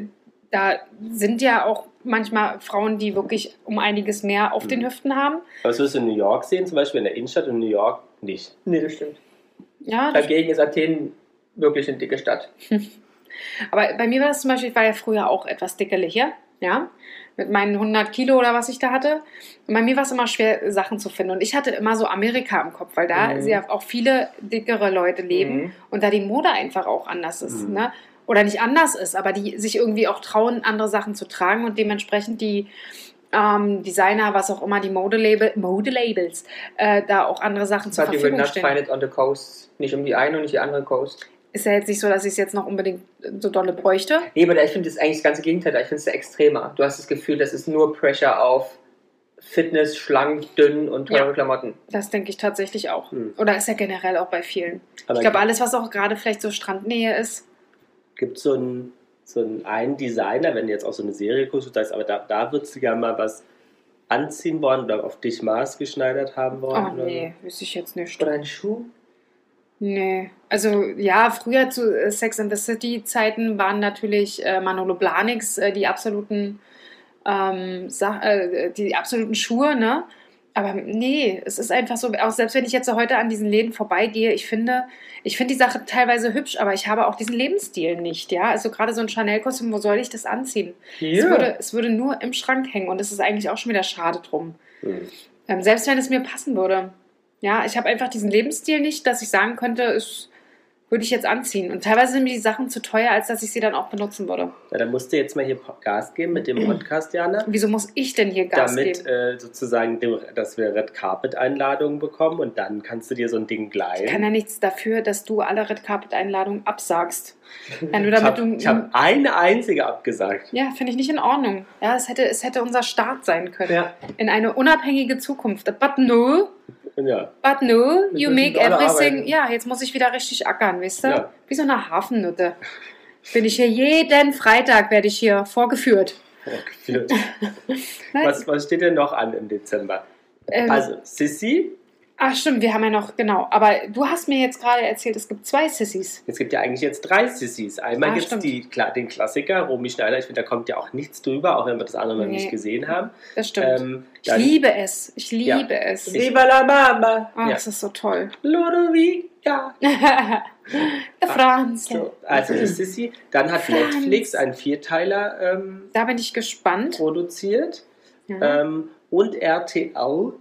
Speaker 3: da sind ja auch manchmal Frauen, die wirklich um einiges mehr auf den
Speaker 2: Mhm.
Speaker 3: Hüften haben.
Speaker 2: Aber das wirst du in New York sehen, zum Beispiel in der Innenstadt in New York nicht.
Speaker 1: Nee, das stimmt.
Speaker 3: Ja, das,
Speaker 1: Dagegen ist Athen wirklich eine dicke Stadt.
Speaker 3: aber bei mir war das zum Beispiel, ich war ja früher auch etwas dickerlich hier, ja, mit meinen 100 Kilo oder was ich da hatte. Und bei mir war es immer schwer, Sachen zu finden. Und ich hatte immer so Amerika im Kopf, weil da
Speaker 1: Mhm.
Speaker 3: ja auch viele dickere Leute leben.
Speaker 1: Mhm.
Speaker 3: und da die Mode einfach auch anders ist,
Speaker 2: Mhm.
Speaker 3: ne? Oder nicht anders ist, aber die sich irgendwie auch trauen, andere Sachen zu tragen und dementsprechend die ähm, Designer, was auch immer, die Modelabel, Modelabels, äh, da auch andere Sachen zur
Speaker 1: But you will
Speaker 3: Verfügung
Speaker 1: not
Speaker 3: stehen.
Speaker 1: find it on the coast. Nicht um die eine und nicht die andere Coast.
Speaker 3: Ist ja jetzt nicht so, dass ich es jetzt noch unbedingt so dolle bräuchte.
Speaker 1: Nee, aber ich finde das eigentlich das ganze Gegenteil. Ich finde es extremer. Du hast das Gefühl, das ist nur Pressure auf Fitness, schlank, dünn und teure Klamotten.
Speaker 3: Das denke ich tatsächlich auch.
Speaker 2: Hm.
Speaker 3: Oder ist ja generell auch bei vielen.
Speaker 2: Aber
Speaker 3: Ich glaube, alles, was auch gerade vielleicht so Strandnähe ist,
Speaker 2: gibt so einen, so einen, einen Designer, wenn du jetzt auch so eine Serie guckst, du sagst, aber da, da würdest du gerne mal was anziehen wollen oder auf dich maßgeschneidert haben wollen.
Speaker 3: oh
Speaker 2: oder
Speaker 3: nee, wüsste ich jetzt nicht.
Speaker 1: Oder ein Schuh.
Speaker 3: Nee, also ja, früher zu äh, Sex and the City Zeiten waren natürlich äh, Manolo Blahniks äh, die absoluten ähm, Sa äh, die absoluten Schuhe, ne? Aber nee, es ist einfach so, auch selbst wenn ich jetzt so heute an diesen Läden vorbeigehe, ich finde, ich finde die Sache teilweise hübsch, aber ich habe auch diesen Lebensstil nicht, ja? Also gerade so ein Chanel-Kostüm, wo soll ich das anziehen? Es, würde, es würde nur im Schrank hängen und es ist eigentlich auch schon wieder schade drum.
Speaker 2: so. Hm.
Speaker 3: Ähm, selbst wenn es mir passen würde. Ja, ich habe einfach diesen Lebensstil nicht, dass ich sagen könnte, es würde ich jetzt anziehen. Und teilweise sind mir die Sachen zu teuer, als dass ich sie dann auch benutzen würde.
Speaker 2: Ja, dann musst du jetzt mal hier Po- Gas geben mit dem Podcast, Jana.
Speaker 3: Wieso muss ich denn hier Gas
Speaker 2: damit
Speaker 3: geben?
Speaker 2: äh, sozusagen, dem- dass wir Red Carpet Einladungen bekommen und dann kannst du dir so ein Ding
Speaker 3: Ich kann
Speaker 2: leihen.
Speaker 3: ja nichts dafür, dass du alle Red Carpet Einladungen absagst. Ja, nur
Speaker 2: Ich
Speaker 3: damit
Speaker 2: habe
Speaker 3: du,
Speaker 2: hab eine einzige abgesagt.
Speaker 3: ja, finde ich nicht in Ordnung. Ja, es hätte, es hätte unser Start sein können
Speaker 1: Ja.
Speaker 3: in eine unabhängige Zukunft. But no,
Speaker 2: Ja,
Speaker 3: but no,
Speaker 1: Wir
Speaker 3: you
Speaker 1: müssen
Speaker 3: make
Speaker 1: alle
Speaker 3: everything.
Speaker 1: arbeiten.
Speaker 3: Ja, jetzt muss ich wieder richtig ackern, weißt du?
Speaker 2: Ja.
Speaker 3: Wie so eine Hafennutte. Bin ich hier jeden Freitag werde ich hier vorgeführt.
Speaker 2: vorgeführt.
Speaker 3: Nein,
Speaker 2: was, was steht denn noch an im Dezember?
Speaker 3: ähm,
Speaker 2: Also, Sissy,
Speaker 3: ach stimmt, wir haben ja noch, genau. Aber du hast mir jetzt gerade erzählt, es gibt zwei Sissys.
Speaker 2: Es gibt ja eigentlich jetzt drei Sissys. Einmal
Speaker 3: Ah,
Speaker 2: gibt es
Speaker 3: stimmt.
Speaker 2: den Klassiker, Romy Schneider. Ich finde, da kommt ja auch nichts drüber, auch wenn wir das andere noch
Speaker 3: Nee.
Speaker 2: nicht gesehen haben.
Speaker 3: Das stimmt.
Speaker 2: Ähm,
Speaker 3: ich
Speaker 2: dann
Speaker 3: liebe Ah. es. Ich liebe
Speaker 2: Ja.
Speaker 3: es.
Speaker 2: Ich-
Speaker 1: Viva la Mama.
Speaker 3: Ach,
Speaker 2: Ja.
Speaker 3: es ist so toll.
Speaker 2: Ludovica.
Speaker 3: Der Franz.
Speaker 2: So, also die Sissy. Dann hat
Speaker 3: Mhm. Franz.
Speaker 2: Netflix einen Vierteiler ähm,
Speaker 3: Da bin ich gespannt.
Speaker 2: produziert.
Speaker 3: Ja.
Speaker 2: Ähm, und RTL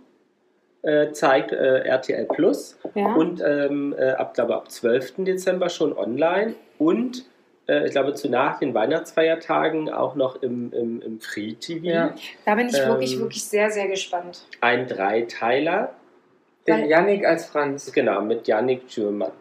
Speaker 2: äh, zeigt äh, RTL Plus.
Speaker 3: ja.
Speaker 2: Und ähm, äh, ab, glaube ab 12. Dezember schon online. Und äh, ich glaube, zu nach den Weihnachtsfeiertagen auch noch im, im, im Free TV.
Speaker 1: Ja.
Speaker 3: Da bin ich wirklich,
Speaker 2: ähm,
Speaker 3: wirklich sehr, sehr gespannt.
Speaker 2: Ein Dreiteiler,
Speaker 1: Den Yannick als Franz.
Speaker 2: genau, mit Yannick Schürmann.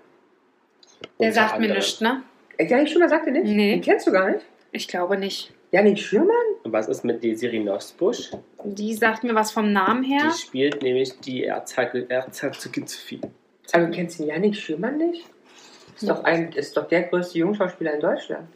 Speaker 3: Der
Speaker 2: Unter
Speaker 3: sagt mir
Speaker 2: anderem.
Speaker 3: nichts, ne?
Speaker 1: Äh, Yannick Schürmann sagt dir nicht?
Speaker 3: Nee.
Speaker 1: Den kennst du gar nicht?
Speaker 3: Ich glaube nicht.
Speaker 1: Yannick Schürmann?
Speaker 2: Und was ist mit Desiree Nosbusch?
Speaker 3: Die sagt mir was vom Namen her.
Speaker 2: Die spielt nämlich die Erzherzog- Erzherzogin zu viel.
Speaker 1: Aber Also, du kennst den Yannick Schürmann nicht? Ist, doch ein, ist doch der größte Jungschauspieler in Deutschland.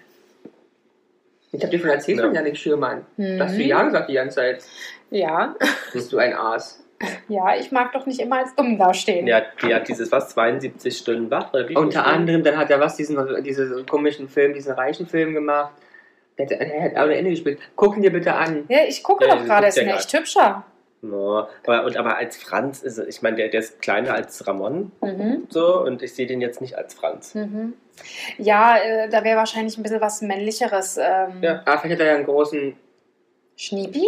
Speaker 1: Ich habe dir schon erzählt
Speaker 2: Ja.
Speaker 1: von Yannick Schürmann.
Speaker 3: Mhm.
Speaker 1: Da hast du ja gesagt die ganze Zeit.
Speaker 3: Ja.
Speaker 1: Bist du ein Aas?
Speaker 3: Ja, ich mag doch nicht immer als dumm dastehen.
Speaker 2: Ja, die hat dieses, was, 72 Stunden ne? wach? Oder wie viel
Speaker 1: Unter
Speaker 2: Stunden?
Speaker 1: anderem, dann hat er was, diesen, diesen komischen Film, diesen reichen Film gemacht. Der hat, er hat auch eine Ende gespielt. Gucken dir bitte an.
Speaker 3: Ja, ich gucke
Speaker 2: Ja,
Speaker 3: doch
Speaker 2: die
Speaker 3: gerade, ist
Speaker 2: gibt's ja
Speaker 3: ein echt hübscher.
Speaker 2: No, aber, und, aber als Franz ist er, ich meine, der, der ist kleiner als Ramon
Speaker 3: Mhm.
Speaker 2: so und ich sehe den jetzt nicht als Franz.
Speaker 3: Mhm. Ja, äh, da wäre wahrscheinlich ein bisschen was männlicheres. Ähm,
Speaker 1: Ja. Aber Ah, vielleicht hat er ja einen großen,
Speaker 3: Schniepi?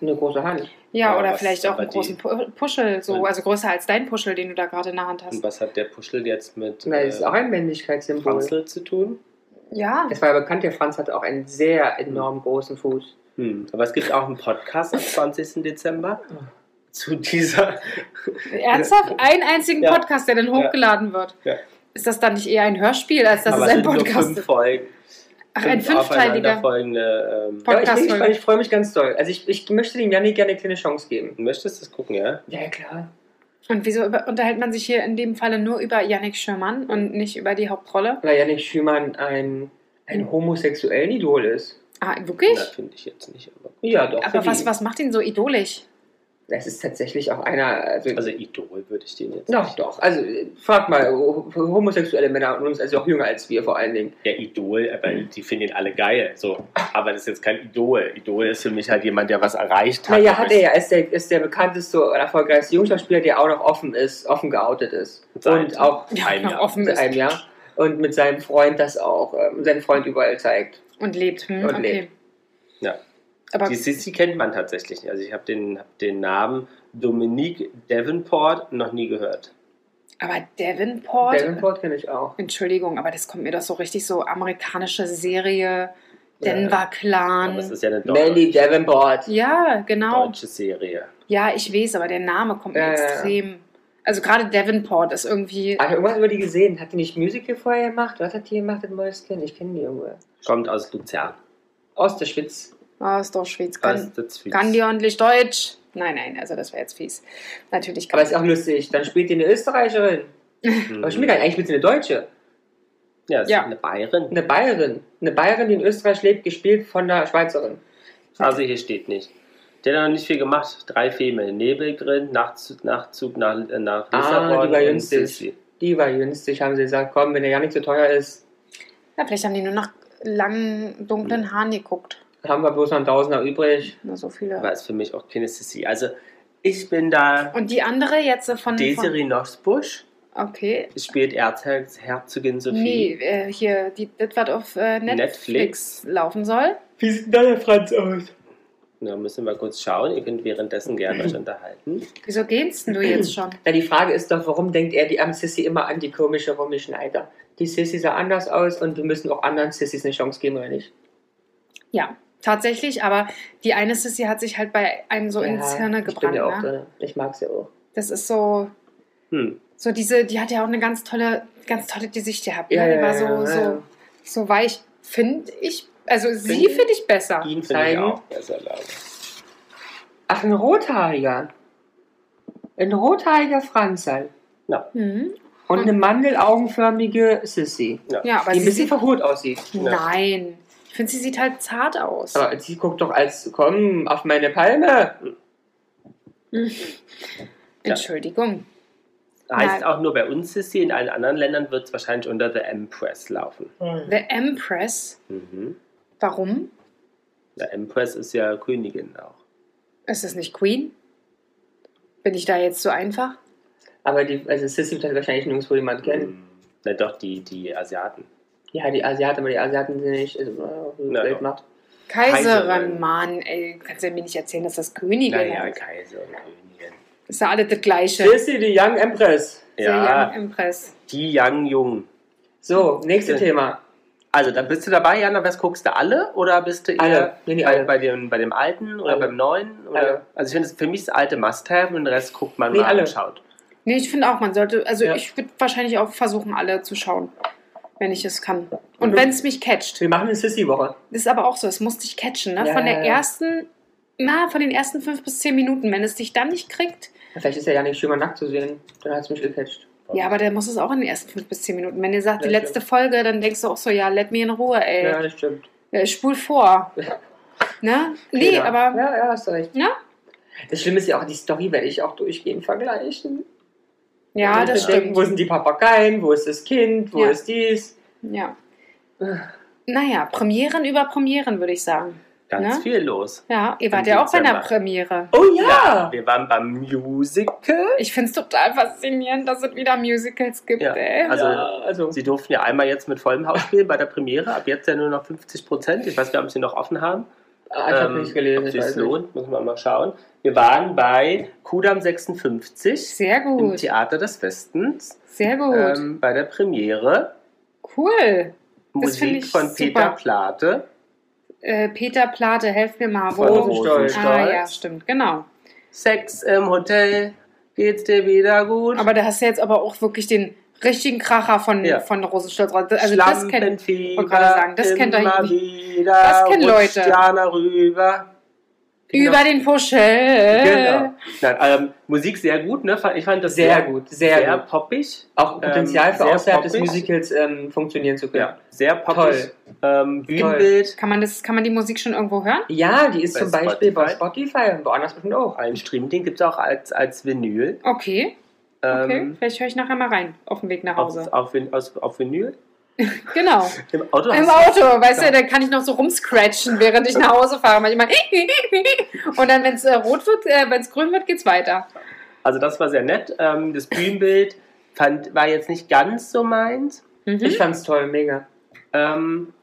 Speaker 1: eine große Hand.
Speaker 3: Ja,
Speaker 2: Ja,
Speaker 3: oder
Speaker 2: was-
Speaker 3: vielleicht auch
Speaker 2: aber
Speaker 3: einen
Speaker 2: die-
Speaker 3: großen Pu- Puschel, so,
Speaker 2: Und-
Speaker 3: also größer als dein Puschel, den du da gerade in der Hand
Speaker 2: Und
Speaker 3: hast.
Speaker 2: was hat der Puschel jetzt mit
Speaker 1: Na, das ist auch ein Männlichkeitssymbol.
Speaker 2: Franzl zu tun?
Speaker 3: Ja,
Speaker 1: Es war ja bekannt, der Franz hatte auch einen sehr enorm großen Fuß.
Speaker 2: Hm. Aber es gibt auch einen Podcast am 20. Dezember zu dieser
Speaker 3: ernsthaft? Einen einzigen
Speaker 2: Ja.
Speaker 3: Podcast, der dann hochgeladen wird.
Speaker 2: Ja.
Speaker 3: Ist das dann nicht eher ein Hörspiel, als dass
Speaker 2: Aber
Speaker 3: es ein
Speaker 2: sind Nur
Speaker 3: Podcast
Speaker 2: fünf
Speaker 3: ist?
Speaker 2: Folgen.
Speaker 3: Ach, ein
Speaker 2: Fünf
Speaker 3: fünfteiliger.
Speaker 2: aufeinanderfolgende,
Speaker 1: Ja,
Speaker 2: Ähm,
Speaker 3: Pod-
Speaker 1: ich, bin
Speaker 3: Podcast-Folge.
Speaker 1: gespannt, ich freue mich ganz doll. Also ich, ich möchte dem Janik gerne eine kleine Chance geben.
Speaker 2: du möchtest das gucken, ja?
Speaker 1: Ja, klar.
Speaker 3: Und wieso über- unterhält man sich hier in dem Falle nur über Yannick Schirmann und nicht über die Hauptrolle?
Speaker 1: Weil Janik Schümann ein, ein homosexuellen Idol ist.
Speaker 3: Ah, wirklich?
Speaker 2: Na, finde ich jetzt nicht. Aber gut.
Speaker 1: Ja, doch.
Speaker 3: Aber
Speaker 1: für
Speaker 3: was,
Speaker 1: die.
Speaker 3: was macht ihn so idolisch?
Speaker 1: Das ist tatsächlich auch einer. Also,
Speaker 2: Also Idol würde ich den jetzt.
Speaker 1: doch, doch. Also äh, frag mal, ho- homosexuelle Männer und uns, also auch jünger als wir vor allen Dingen.
Speaker 2: Ja, Idol, aber die finden ihn alle geil. So. Aber das ist jetzt kein Idol. Idol ist für mich halt jemand, der was erreicht hat.
Speaker 1: Naja, hat er ja, ist der, ist der bekannteste und erfolgreichste Jungschauspieler, der auch noch offen ist, offen geoutet ist.
Speaker 2: Seit-
Speaker 1: Und auch
Speaker 3: Ja,
Speaker 2: Ein
Speaker 3: noch
Speaker 2: Jahr.
Speaker 3: offen
Speaker 1: seit
Speaker 3: ist
Speaker 1: einem Jahr. Und mit seinem Freund das auch, ähm, seinen Freund überall zeigt.
Speaker 3: und lebt. Hm,
Speaker 1: Und
Speaker 3: okay.
Speaker 1: lebt.
Speaker 2: Ja.
Speaker 3: Aber
Speaker 2: Die Sissy kennt man tatsächlich nicht. Also ich habe den, hab den Namen Dominique Davenport noch nie gehört.
Speaker 3: Aber Davenport,
Speaker 1: Davenport kenne ich auch.
Speaker 3: Entschuldigung, aber das kommt mir doch so richtig so amerikanische Serie, Denver
Speaker 2: Aber es
Speaker 3: Clan.
Speaker 2: ist ja eine
Speaker 1: Mandy
Speaker 2: deutsche,
Speaker 1: Davenport.
Speaker 3: Ja, genau.
Speaker 2: deutsche Serie.
Speaker 3: Ja, ich weiß, aber der Name kommt mir
Speaker 1: Ja, ja, ja.
Speaker 3: extrem. Also gerade Davenport ist irgendwie.
Speaker 1: Hab ich irgendwas über die gesehen? Hat die nicht Musical vorher gemacht? Was hat die gemacht, das Mäuschen? Ich kenne die irgendwo.
Speaker 2: Kommt aus Luzern.
Speaker 1: Aus der Schweiz.
Speaker 3: Ah, ist doch Schweiz.
Speaker 2: Aus
Speaker 3: Kann,
Speaker 2: der Schweiz.
Speaker 3: kann die ordentlich Deutsch? Nein, nein, also das wäre jetzt fies. Natürlich kann
Speaker 1: Aber ist auch lustig. Dann spielt die eine Österreicherin.
Speaker 2: Mhm.
Speaker 1: Aber ich mir gar nicht. Eigentlich spielt sie eine Deutsche.
Speaker 2: Ja, ist
Speaker 3: Ja.
Speaker 2: eine Bayerin.
Speaker 1: Eine Bayerin. Eine Bayerin, die in Österreich lebt, gespielt von einer Schweizerin.
Speaker 2: Also hier steht nicht. Der hat noch nicht viel gemacht. Drei Filme. Nebel drin, Nachtzug, Nachtzug nach, äh, nach
Speaker 1: Ah,
Speaker 2: Lissabon
Speaker 1: die war
Speaker 2: und
Speaker 1: günstig.
Speaker 2: Sissi.
Speaker 1: Die war günstig, haben sie gesagt. Komm, wenn der ja nicht so teuer ist,
Speaker 3: Ja, vielleicht haben die nur nach langen, dunklen Haaren geguckt.
Speaker 1: dann haben wir bloß noch einen Tausender übrig.
Speaker 3: Nur so viele.
Speaker 2: Aber ist für mich auch keine Sissi. Also ich bin da
Speaker 3: Und die andere jetzt von.
Speaker 2: Desiree Nosbusch.
Speaker 3: von okay.
Speaker 2: Spielt Erzherz- Herzogin Sophie.
Speaker 3: Nee, äh, hier, die, das, was auf äh, Netflix,
Speaker 2: Netflix.
Speaker 3: laufen soll.
Speaker 1: Wie sieht denn da der Franz aus?
Speaker 2: Da müssen wir kurz schauen. Ihr könnt währenddessen gerne euch unterhalten.
Speaker 3: Wieso gehst denn du jetzt schon?
Speaker 1: Na, die Frage ist doch, warum denkt er die arme Sissy immer an die komische Romy Schneider? Die Sissy sah anders aus und wir müssen auch anderen Sissys eine Chance geben, oder nicht?
Speaker 3: Ja, tatsächlich, aber die eine Sissy hat sich halt bei einem so ins Hirne
Speaker 1: ich bin
Speaker 3: gebrannt.
Speaker 1: ja auch
Speaker 3: Ne?
Speaker 1: drin. Ich mag sie auch.
Speaker 3: Das ist so,
Speaker 2: Hm.
Speaker 3: so diese, die hat ja auch eine ganz tolle, ganz tolle Gesicht gehabt.
Speaker 1: Ja,
Speaker 3: ne? Die
Speaker 1: ja,
Speaker 3: war
Speaker 1: ja,
Speaker 3: so,
Speaker 1: ja,
Speaker 3: so,
Speaker 1: ja.
Speaker 3: so weich. Finde ich, also sie finde ich besser.
Speaker 2: Ihn finde ich
Speaker 1: Zeigen.
Speaker 2: auch besser, glaube ich.
Speaker 1: Ach, ein Rothaariger. Ein rothaariger Franzal.
Speaker 3: Mhm.
Speaker 1: Und eine mandelaugenförmige Sissy.
Speaker 3: Ja, aber
Speaker 1: Die ein
Speaker 3: sie
Speaker 1: bisschen
Speaker 3: sieht,
Speaker 1: verhurt aussieht.
Speaker 3: Nein. Ich finde, sie sieht halt zart aus.
Speaker 1: Aber sie guckt doch als, komm, auf meine Palme.
Speaker 3: Entschuldigung.
Speaker 2: Heißt
Speaker 3: Nein.
Speaker 2: auch nur bei uns Sissi. In allen anderen Ländern wird es wahrscheinlich unter The Empress laufen.
Speaker 3: The Empress.
Speaker 2: Mhm.
Speaker 3: Warum?
Speaker 2: The Empress ist ja Königin auch.
Speaker 3: Ist es nicht Queen? Bin ich da jetzt so einfach?
Speaker 1: Aber die, also Sissy wird wahrscheinlich nirgendwo jemand kennen.
Speaker 2: Mhm. Na doch, die, die Asiaten.
Speaker 1: Ja, die Asiaten, aber die Asiaten sind nicht, also,
Speaker 2: Na
Speaker 1: Welt
Speaker 2: doch.
Speaker 1: macht.
Speaker 3: Kaiserin,
Speaker 2: Kaiserin.
Speaker 3: Mann, ey, kannst du ja mir nicht erzählen, dass das Königin
Speaker 2: Naja,
Speaker 3: ist.
Speaker 2: Kaiser und Königin.
Speaker 3: Ist ja alles das Gleiche.
Speaker 1: Sissy, die Young Empress.
Speaker 3: Ja. Young
Speaker 2: Ja,
Speaker 3: Empress.
Speaker 2: die Young Jung.
Speaker 1: So, nächstes
Speaker 2: Ja.
Speaker 1: Thema.
Speaker 2: Also, dann bist du dabei, Jana. Was guckst du alle? Oder bist du eher
Speaker 1: Alle. Nee, nee,
Speaker 2: bei,
Speaker 1: alle.
Speaker 2: Bei, dem, bei dem alten oder
Speaker 1: Alle.
Speaker 2: beim neuen? Oder?
Speaker 1: Alle.
Speaker 2: Also, ich finde, es- für mich ist das alte Must-Have und den Rest guckt man
Speaker 1: Nee,
Speaker 2: mal
Speaker 1: alle.
Speaker 2: und schaut.
Speaker 3: Nee, ich finde auch, man sollte, also
Speaker 1: Ja.
Speaker 3: ich würde wahrscheinlich auch versuchen, alle zu schauen, wenn ich es kann. Und
Speaker 1: Mhm.
Speaker 3: wenn es mich catcht.
Speaker 1: Wir machen eine Sissy-Woche.
Speaker 3: Das ist aber auch so, es muss dich catchen, ne?
Speaker 1: Ja,
Speaker 3: von der
Speaker 1: ja, ja.
Speaker 3: ersten, na, von den ersten fünf bis zehn Minuten. Wenn es dich dann nicht kriegt,
Speaker 1: Ja, Vielleicht ist ja Janik Schümann nackt zu sehen. Dann hat es mich gecatcht.
Speaker 3: ja, aber dann muss es auch in den ersten fünf bis zehn Minuten. Wenn ihr sagt, die
Speaker 1: Ja,
Speaker 3: letzte Folge, dann denkst du auch so, ja, let me in Ruhe, ey.
Speaker 1: Ja, das stimmt.
Speaker 3: Äh, Spul vor. ne? Nee,
Speaker 1: Genau.
Speaker 3: aber
Speaker 1: Ja, ja, hast du recht.
Speaker 3: Ja.
Speaker 1: Das Schlimme ist ja auch, die Story werde ich auch durchgehend vergleichen.
Speaker 3: ja,
Speaker 1: Und
Speaker 3: das
Speaker 1: denken,
Speaker 3: stimmt.
Speaker 1: Wo sind die Papageien? Wo ist das Kind? Wo
Speaker 3: Ja.
Speaker 1: ist dies?
Speaker 3: Ja. Naja, Premieren über Premieren, würde ich sagen.
Speaker 2: Ganz
Speaker 3: Ne?
Speaker 2: viel los.
Speaker 3: Ja, ihr wart
Speaker 2: Im
Speaker 3: ja auch bei einer
Speaker 2: Dezember.
Speaker 3: Premiere.
Speaker 1: Oh ja!
Speaker 2: Wir waren beim Musical.
Speaker 3: Ich finde es total faszinierend, dass es wieder Musicals gibt,
Speaker 2: Ja.
Speaker 3: ey.
Speaker 2: Also-
Speaker 1: ja, also
Speaker 2: Sie durften ja einmal jetzt mit vollem Haus spielen bei der Premiere. Ab jetzt ja nur noch 50 Prozent. Ich weiß gar nicht, ob sie noch offen haben.
Speaker 1: ah, ich habe
Speaker 2: Ähm,
Speaker 1: nicht gelesen.
Speaker 2: Ob
Speaker 1: Ich
Speaker 2: sich
Speaker 1: weiß nicht.
Speaker 2: lohnt, müssen wir mal schauen. Wir waren bei Kudam 56
Speaker 3: Sehr
Speaker 2: im
Speaker 3: gut,
Speaker 2: Theater des Westens
Speaker 3: sehr gut.
Speaker 2: ähm, bei der Premiere.
Speaker 3: cool. Das finde
Speaker 2: Musik
Speaker 3: ich
Speaker 2: von Peter
Speaker 3: super.
Speaker 2: Plate.
Speaker 3: Äh, Peter Plate, helft mir mal.
Speaker 2: Von
Speaker 3: Wo?
Speaker 1: Rosenstolz.
Speaker 3: Ah ja, stimmt, genau.
Speaker 2: Sex im Hotel, geht's dir wieder gut?
Speaker 3: Aber da hast du jetzt aber auch wirklich den richtigen Kracher von,
Speaker 2: Ja.
Speaker 3: von Rosenstolz. raus. Also das kennt,
Speaker 2: Schlampenfieber
Speaker 3: wollte gerade sagen, das kennt doch
Speaker 2: immer
Speaker 3: nicht.
Speaker 2: wieder,
Speaker 3: Das kennen
Speaker 2: rutscht
Speaker 3: Leute.
Speaker 2: Jana rüber.
Speaker 3: über den Puschel.
Speaker 2: Genau. Nein, ähm, Musik sehr gut, ne? Ich fand das
Speaker 1: Sehr gut, sehr,
Speaker 2: sehr,
Speaker 1: gut.
Speaker 2: poppig.
Speaker 1: Auch Potenzial
Speaker 2: ähm,
Speaker 1: für
Speaker 2: sehr
Speaker 1: außerhalb des
Speaker 2: poppig.
Speaker 1: Musicals ähm, funktionieren zu können.
Speaker 2: Ja, sehr poppig. Ähm, Bühnenbild,
Speaker 3: Kann man, das, kann man die Musik schon irgendwo hören?
Speaker 1: Ja, die ist
Speaker 2: Bei
Speaker 1: zum Beispiel bei Spotify und woanders bestimmt auch.
Speaker 2: ein Streamding gibt es auch als, als Vinyl.
Speaker 3: Okay, okay.
Speaker 2: Ähm,
Speaker 3: Vielleicht höre ich nachher mal rein, auf dem Weg nach
Speaker 2: auf,
Speaker 3: Hause.
Speaker 2: auf, Vin- aus, auf Vinyl.
Speaker 3: Genau.
Speaker 2: Im Auto
Speaker 3: Im
Speaker 2: hast
Speaker 3: Auto, weißt du, da kann ich noch so rumscratchen, während ich nach Hause fahre. Manchmal. Und dann, wenn es äh, rot wird, äh, wenn es grün wird, geht's weiter.
Speaker 2: du, also das war sehr nett. Ähm, das Bühnenbild fand, war jetzt nicht ganz so meins.
Speaker 1: Ich fand's toll, mega.
Speaker 2: Ähm,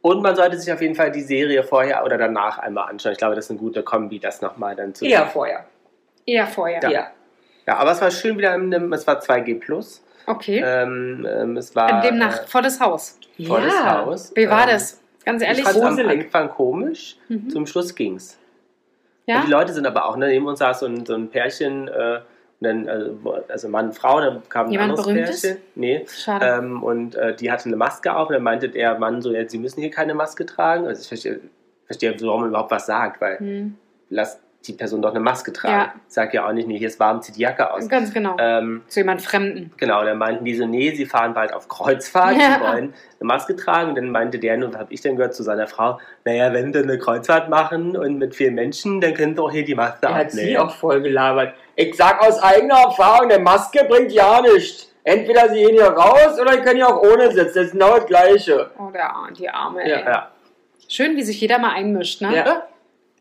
Speaker 2: und man sollte sich auf jeden Fall die Serie vorher oder danach einmal anschauen. Ich glaube, das ist eine gute Kombi, das nochmal dann zu
Speaker 1: Eher vorher.
Speaker 3: Eher vorher.
Speaker 1: Ja.
Speaker 2: Ja, aber es war schön wieder, in einem, es war 2G+. Plus.
Speaker 3: Okay.
Speaker 2: Ähm, ähm, es war
Speaker 3: Demnach
Speaker 2: äh,
Speaker 3: vor das Haus.
Speaker 2: volles
Speaker 1: Ja.
Speaker 2: Haus.
Speaker 3: Wie war
Speaker 2: ähm,
Speaker 3: das? Ganz
Speaker 2: Ich
Speaker 3: ehrlich, Mhm.
Speaker 2: fand am
Speaker 1: gruselig.
Speaker 2: Anfang komisch, zum Schluss ging's. Und
Speaker 3: ja?
Speaker 2: die Leute sind aber auch, ne, neben uns saß so ein, so ein Pärchen, äh, und dann, also, wo- also Mann, Frau, dann kam ein
Speaker 3: Jemand
Speaker 2: anderes
Speaker 3: Berühmtes?
Speaker 2: Pärchen. Nee.
Speaker 3: Schade.
Speaker 2: Ähm, und äh, die hatte eine Maske auf und dann meinte der Mann so, ja, sie müssen hier keine Maske tragen. Also ich verstehe, ich verstehe warum man überhaupt was sagt, weil
Speaker 3: Hm.
Speaker 2: lass die Person doch eine Maske tragen.
Speaker 3: Ja.
Speaker 2: Sag ja auch nicht, nee, hier ist warm, zieh die Jacke aus.
Speaker 3: Ganz genau.
Speaker 2: Ähm,
Speaker 3: Zu jemand Fremden.
Speaker 2: Genau, dann meinten die so, nee, sie fahren bald auf Kreuzfahrt,
Speaker 3: Ja.
Speaker 2: sie wollen eine Maske tragen. Und dann meinte der, und habe ich dann gehört zu seiner Frau, naja, wenn wir eine Kreuzfahrt machen und mit vielen Menschen, dann können sie auch hier die Maske
Speaker 1: Er hat sie
Speaker 2: abnehmen.
Speaker 1: auch voll gelabert. Ich sag aus eigener Erfahrung, eine Maske bringt ja nichts. Entweder sie gehen hier raus oder ihr könnt hier auch ohne sitzen. Das ist genau das Gleiche.
Speaker 3: Oh, der, Ar- die Arme. Ey.
Speaker 1: Ja.
Speaker 2: Ja,
Speaker 3: Schön, wie sich jeder mal einmischt, ne?
Speaker 1: Ja.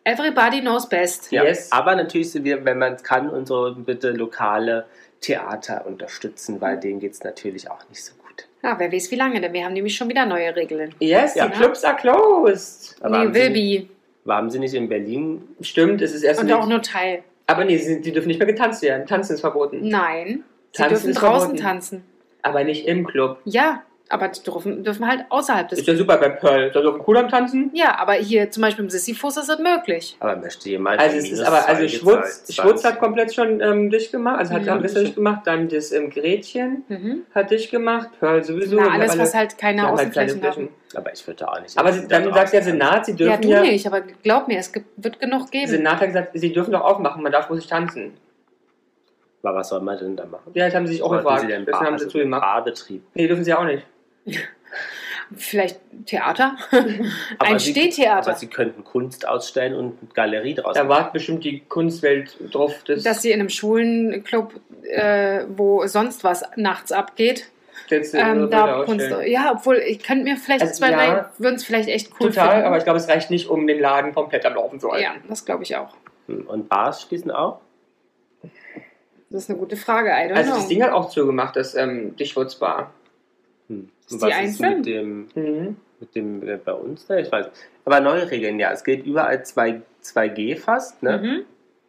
Speaker 3: Everybody knows best.
Speaker 2: ja.
Speaker 1: Yes.
Speaker 2: Aber natürlich, sind wir, wenn man es kann, unsere bitte lokale Theater unterstützen, weil denen geht es natürlich auch nicht so gut.
Speaker 3: Ja, Ah, wer weiß wie lange, denn wir haben nämlich schon wieder neue Regeln.
Speaker 1: Yes,
Speaker 2: Ja.
Speaker 1: die Clubs are closed.
Speaker 2: Aber
Speaker 3: nee,
Speaker 2: haben sie-
Speaker 3: will be.
Speaker 2: Waren sie nicht in Berlin?
Speaker 1: Stimmt, es ist erst.
Speaker 3: Und
Speaker 1: also nicht-
Speaker 3: auch nur Teil.
Speaker 1: aber nee, sie, die dürfen nicht mehr getanzt werden. Tanzen ist verboten.
Speaker 3: Nein. Sie
Speaker 1: Tanzen
Speaker 3: dürfen
Speaker 1: ist
Speaker 3: draußen
Speaker 1: verboten.
Speaker 3: tanzen.
Speaker 1: Aber nicht im Club.
Speaker 3: Ja, aber die dürfen, dürfen halt außerhalb des.
Speaker 1: Ist ja super bei Pearl. Da dürfen Kudamm tanzen.
Speaker 3: Ja, aber hier zum Beispiel im Sisyphus ist das möglich.
Speaker 2: Aber möchte jemand
Speaker 1: Also es ist aber, also Schwutz, Schwutz hat komplett schon ähm, dicht gemacht, also hat
Speaker 3: Mhm.
Speaker 1: ja Andressa dicht gemacht, dann das ähm, Gretchen
Speaker 3: Mhm.
Speaker 1: hat dicht gemacht, Pearl sowieso.
Speaker 3: Na,
Speaker 1: Wir haben
Speaker 3: alles,
Speaker 1: alle-
Speaker 3: was halt
Speaker 1: wir
Speaker 3: keine
Speaker 1: haben halt kleine
Speaker 3: Außenflächen haben.
Speaker 1: Flächen.
Speaker 2: Aber ich würde auch nicht.
Speaker 1: Aber sie, dann sagt der Senat, sie
Speaker 3: Ja,
Speaker 1: dürfen
Speaker 3: du
Speaker 1: ja,
Speaker 3: nicht, aber glaub mir, es gibt, wird genug
Speaker 1: der
Speaker 3: geben.
Speaker 1: Senat hat gesagt, sie dürfen doch aufmachen, man darf ruhig tanzen.
Speaker 2: Aber was soll man denn da machen?
Speaker 1: Ja, das haben sie sich auch
Speaker 2: Sollten
Speaker 1: gefragt,
Speaker 2: Sie denn
Speaker 1: deswegen
Speaker 2: Bar,
Speaker 1: haben sie
Speaker 2: also
Speaker 1: zugemacht.
Speaker 2: Barbetrieb.
Speaker 1: Nee, dürfen sie auch nicht.
Speaker 3: Vielleicht Theater?
Speaker 2: Aber
Speaker 3: Ein
Speaker 2: Sie-
Speaker 3: Stehtheater.
Speaker 2: Aber sie könnten Kunst ausstellen und eine Galerie draus
Speaker 1: Da
Speaker 2: machen.
Speaker 1: wartet bestimmt die Kunstwelt drauf. Das,
Speaker 3: dass sie in einem schwulen Club, äh, wo sonst was nachts abgeht,
Speaker 1: das
Speaker 3: ähm,
Speaker 1: würde
Speaker 3: da
Speaker 1: ausstellen.
Speaker 3: Kunst. Ja, obwohl, ich könnte mir vielleicht
Speaker 1: Also,
Speaker 3: zwei,
Speaker 1: ja.
Speaker 3: drei würden es vielleicht echt cool
Speaker 1: Total,
Speaker 3: finden.
Speaker 1: aber ich glaube, es reicht nicht, um den Laden komplett am Laufen zu halten.
Speaker 3: ne? ja, das glaube ich auch.
Speaker 2: Hm, Und Bars schließen auch?
Speaker 3: Das ist eine gute Frage, I don't
Speaker 1: Also
Speaker 3: know.
Speaker 1: das Ding hat auch zugemacht, das, ähm, die Schwutzbar.
Speaker 2: Hm.
Speaker 3: Ist
Speaker 2: Und
Speaker 3: die
Speaker 2: was ist
Speaker 3: einzeln?
Speaker 2: mit dem,
Speaker 1: Mhm.
Speaker 2: mit dem äh, bei uns? Ne? Ich weiß nicht. Aber neue Regeln, ja. Es gilt überall 2, 2G fast, ne?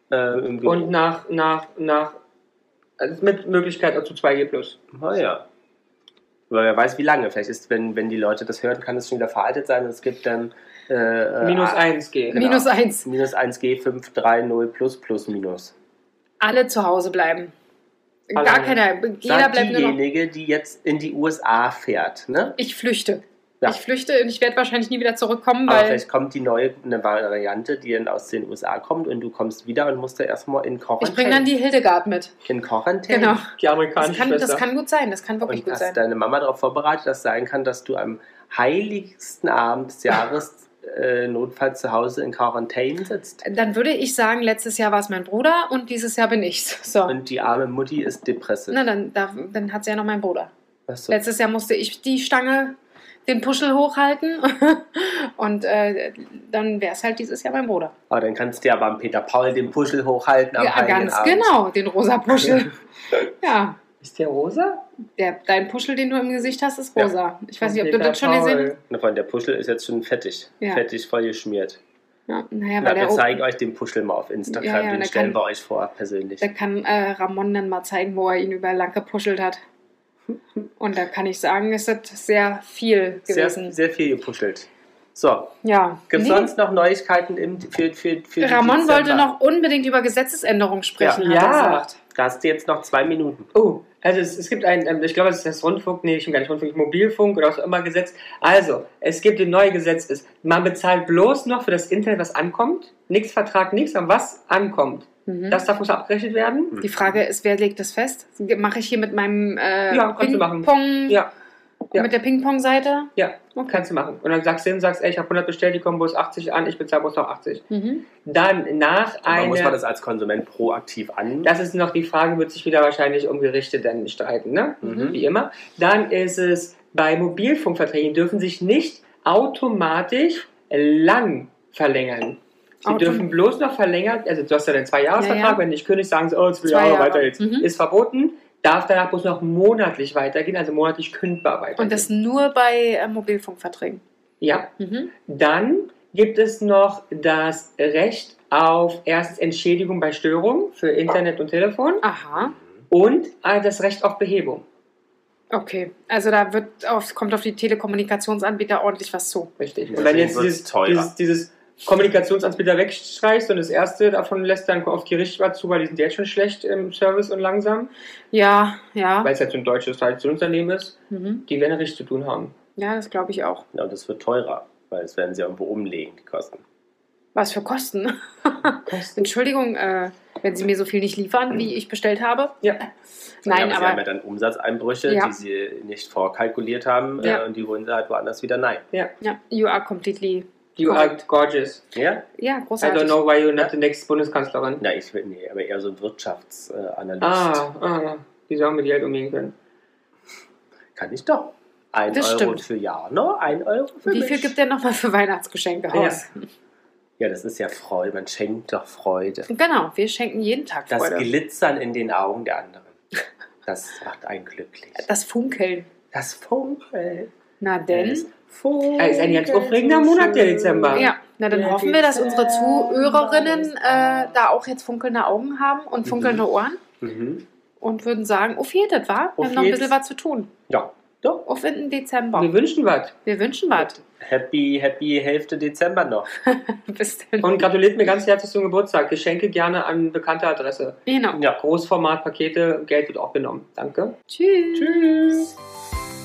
Speaker 3: mhm.
Speaker 2: Äh, im Büro.
Speaker 1: Und nach, nach, nach, also mit Möglichkeit auch zu 2G plus.
Speaker 2: Naja. Ah, Aber wer weiß, wie lange. Vielleicht ist, wenn, wenn die Leute das hören, kann es schon wieder veraltet sein. Und es gibt dann äh, äh,
Speaker 1: Minus
Speaker 2: a-
Speaker 1: 1G.
Speaker 2: Genau.
Speaker 3: Minus eins.
Speaker 2: minus 1G 530 plus plus minus.
Speaker 3: Alle zu Hause bleiben.
Speaker 1: Alle.
Speaker 3: Gar keiner. Jeder
Speaker 2: Sagt
Speaker 3: bleibt nur noch.
Speaker 2: diejenige, die jetzt in die USA fährt, ne?
Speaker 3: Ich flüchte.
Speaker 2: Ja.
Speaker 3: Ich flüchte und ich werde wahrscheinlich nie wieder zurückkommen,
Speaker 2: Aber
Speaker 3: weil
Speaker 2: vielleicht kommt die neue eine Variante, die dann aus den USA kommt und du kommst wieder und musst da erstmal in Quarantäne.
Speaker 3: ich bringe dann die Hildegard mit.
Speaker 2: in Quarantäne.
Speaker 3: Genau.
Speaker 1: Die amerikanische
Speaker 3: Das kann, das
Speaker 1: Schwester.
Speaker 3: kann gut sein. Das kann wirklich
Speaker 2: Und
Speaker 3: gut
Speaker 2: hast
Speaker 3: sein.
Speaker 2: deine Mama darauf vorbereitet, dass sein kann, dass du am heiligsten Abend des Jahres äh, notfalls zu Hause in Quarantäne sitzt.
Speaker 3: Dann würde ich sagen, letztes Jahr war es mein Bruder und dieses Jahr bin ich's. So.
Speaker 2: Und die arme Mutti ist depressiv.
Speaker 3: Na, dann, darf, dann hat sie ja noch meinen Bruder.
Speaker 2: Weißt du?
Speaker 3: Letztes Jahr musste ich die Stange, den Puschel hochhalten und äh, dann wäre es halt dieses Jahr mein Bruder.
Speaker 2: Aber Ah, dann kannst du ja beim Peter Paul den Puschel hochhalten am
Speaker 3: Ja,
Speaker 2: heiligen
Speaker 3: ganz
Speaker 2: Abend.
Speaker 3: genau, den rosa Puschel. ja,
Speaker 1: Ist der rosa?
Speaker 3: der, dein Puschel, den du im Gesicht hast, ist
Speaker 2: Ja.
Speaker 3: rosa. Ich weiß nicht, ob du
Speaker 1: Peter
Speaker 3: das schon
Speaker 1: Paul.
Speaker 3: gesehen hast.
Speaker 2: Na, Freund, der Puschel ist jetzt schon fettig.
Speaker 3: Ja.
Speaker 2: Fettig voll geschmiert.
Speaker 3: Ja, naja,
Speaker 2: Na,
Speaker 3: weil
Speaker 2: wir
Speaker 3: der,
Speaker 2: zeigen euch den Puschel mal auf Instagram.
Speaker 3: Ja, ja,
Speaker 2: den
Speaker 3: der
Speaker 2: stellen
Speaker 3: kann-
Speaker 2: wir euch vor, persönlich.
Speaker 3: da kann äh, Ramon dann mal zeigen, wo er ihn über lang gepuschelt hat. Und da kann ich sagen, es ist sehr viel
Speaker 2: sehr,
Speaker 3: gewesen.
Speaker 2: sehr viel gepuschelt. So,
Speaker 3: ja.
Speaker 2: gibt es
Speaker 3: Nee.
Speaker 2: sonst noch Neuigkeiten im, für, für, für den
Speaker 3: Ramon
Speaker 2: Dezember?
Speaker 3: wollte noch unbedingt über Gesetzesänderung sprechen,
Speaker 1: Ja.
Speaker 3: hat er
Speaker 1: Ja.
Speaker 3: gesagt.
Speaker 2: Da hast du jetzt noch zwei Minuten.
Speaker 1: Oh, also es, es gibt ein, ähm, ich glaube, es ist das Rundfunk, nee, ich gar nicht Rundfunk, Mobilfunk oder was auch immer Gesetz. Also, es gibt ein neues Gesetz, ist, man bezahlt bloß noch für das Internet, was ankommt. Nichts Vertrag, nichts, sondern was ankommt.
Speaker 3: Mhm.
Speaker 1: Das darf uns abgerechnet werden.
Speaker 3: Die Frage ist, wer legt das fest? Mache ich hier mit meinem äh,
Speaker 1: Ja, kannst du machen.
Speaker 3: Ping-Pong,
Speaker 1: Ja, ja.
Speaker 3: mit der Ping-Pong-Seite?
Speaker 1: ja, kannst du machen. Und dann sagst du hin, sagst, ey, ich habe 100 bestellt, die kommen bloß 80 an, ich bezahle bloß noch 80.
Speaker 3: Mhm.
Speaker 1: Dann nach
Speaker 2: Dann muss man
Speaker 1: einer
Speaker 2: das als Konsument proaktiv an.
Speaker 1: Das ist noch die Frage, wird sich wieder wahrscheinlich um Gerichte dann streiten, ne?
Speaker 2: Mhm.
Speaker 1: Wie immer. Dann ist es, bei Mobilfunkverträgen dürfen sich nicht automatisch lang verlängern. Sie
Speaker 3: Auto-
Speaker 1: dürfen bloß noch verlängert, also du hast ja den Zweijahresvertrag,
Speaker 3: Ja, ja.
Speaker 1: wenn nicht König sagen sie, oh, zwei,
Speaker 3: Zwei
Speaker 1: Jahre,
Speaker 3: Jahre.
Speaker 1: weiter jetzt.
Speaker 3: Mhm.
Speaker 1: Ist verboten, darf danach bloß noch monatlich weitergehen, also monatlich kündbar weitergehen.
Speaker 3: Und das nur bei äh, Mobilfunkverträgen.
Speaker 1: ja.
Speaker 3: Mhm.
Speaker 1: Dann gibt es noch das Recht auf erst Entschädigung bei Störung für Internet und ah, Telefon
Speaker 3: Aha.
Speaker 1: und äh, das Recht auf Behebung.
Speaker 3: Okay, also da wird auf, kommt auf die Telekommunikationsanbieter ordentlich was zu.
Speaker 1: Richtig.
Speaker 2: Ja,
Speaker 1: Und wenn
Speaker 2: deswegen
Speaker 1: jetzt
Speaker 2: wird's
Speaker 1: dieses,
Speaker 2: teurer.
Speaker 1: dieses, dieses Kommunikationsanbieter wegstreichst und das erste davon lässt dann auf Gericht was zu, weil die sind jetzt schon schlecht im Service und langsam,
Speaker 3: Ja, ja.
Speaker 1: weil es halt so ein deutsches Traditionsunternehmen ist,
Speaker 3: Mhm.
Speaker 1: die werden richtig zu tun haben.
Speaker 3: Ja, das glaube ich auch.
Speaker 2: Ja, und das wird teurer, weil es werden sie irgendwo umlegen, die Kosten.
Speaker 3: Was für Kosten. Entschuldigung, äh, wenn Sie mir so viel nicht liefern, wie ich bestellt habe.
Speaker 1: Ja.
Speaker 3: Nein,
Speaker 2: ja, sie haben ja
Speaker 3: aber
Speaker 2: dann Umsatzeinbrüche,
Speaker 3: Ja.
Speaker 2: die sie nicht vorkalkuliert haben
Speaker 3: Ja.
Speaker 2: äh, und die holen sie halt woanders wieder nein.
Speaker 3: ja, you are completely.
Speaker 1: You are
Speaker 3: Korrekt.
Speaker 1: gorgeous.
Speaker 2: Ja?
Speaker 3: Ja,
Speaker 1: I
Speaker 3: großartig.
Speaker 1: don't know why you're not the next Bundeskanzlerin.
Speaker 2: Na, ich will, nee, aber eher so ein Wirtschaftsanalyst.
Speaker 1: Ah, ah, wie sollen wir die halt umgehen können?
Speaker 2: Kann ich doch. Ein
Speaker 3: Das
Speaker 2: Euro
Speaker 3: stimmt.
Speaker 2: für Jano, ein Euro für
Speaker 3: Wie
Speaker 2: mich.
Speaker 3: viel gibt der nochmal für Weihnachtsgeschenke aus?
Speaker 2: Ja, das ist ja Freude. Man schenkt doch Freude.
Speaker 3: Genau, wir schenken jeden Tag
Speaker 2: Das
Speaker 3: Freude.
Speaker 2: Glitzern in den Augen der anderen. Das macht einen glücklich.
Speaker 3: Das Funkeln.
Speaker 2: Das Funkeln.
Speaker 3: Na denn?
Speaker 2: Das Funkeln.
Speaker 1: Ah, ist ein ganz aufregender Monat, der Dezember.
Speaker 3: Ja, na dann
Speaker 2: Ja,
Speaker 3: hoffen wir, dass unsere
Speaker 2: Dezember
Speaker 3: Zuhörerinnen
Speaker 2: ist
Speaker 3: äh,
Speaker 2: da.
Speaker 3: da auch jetzt funkelnde Augen haben und funkelnde Ohren
Speaker 2: Mhm.
Speaker 3: und würden sagen, auf jeden war. Wir
Speaker 2: Auf
Speaker 3: haben noch ein
Speaker 2: jedes.
Speaker 3: bisschen was zu tun.
Speaker 2: Ja, doch.
Speaker 3: Auf in den Dezember.
Speaker 1: Wir wünschen was.
Speaker 3: Wir wünschen was.
Speaker 2: Happy, happy Hälfte Dezember noch.
Speaker 3: Bis dann.
Speaker 1: Und gratuliert mir ganz herzlich zum Geburtstag. Geschenke gerne an bekannte Adresse.
Speaker 3: genau.
Speaker 2: Ja.
Speaker 1: Großformatpakete, Geld wird auch genommen. Danke.
Speaker 3: Tschüss.
Speaker 1: Tschüss.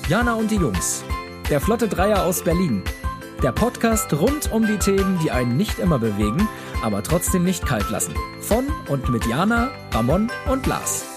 Speaker 4: Jana und die Jungs. Der Flotte Dreier aus Berlin. Der Podcast rund um die Themen, die einen nicht immer bewegen, aber trotzdem nicht kalt lassen. Von und mit Jana, Ramon und Lars.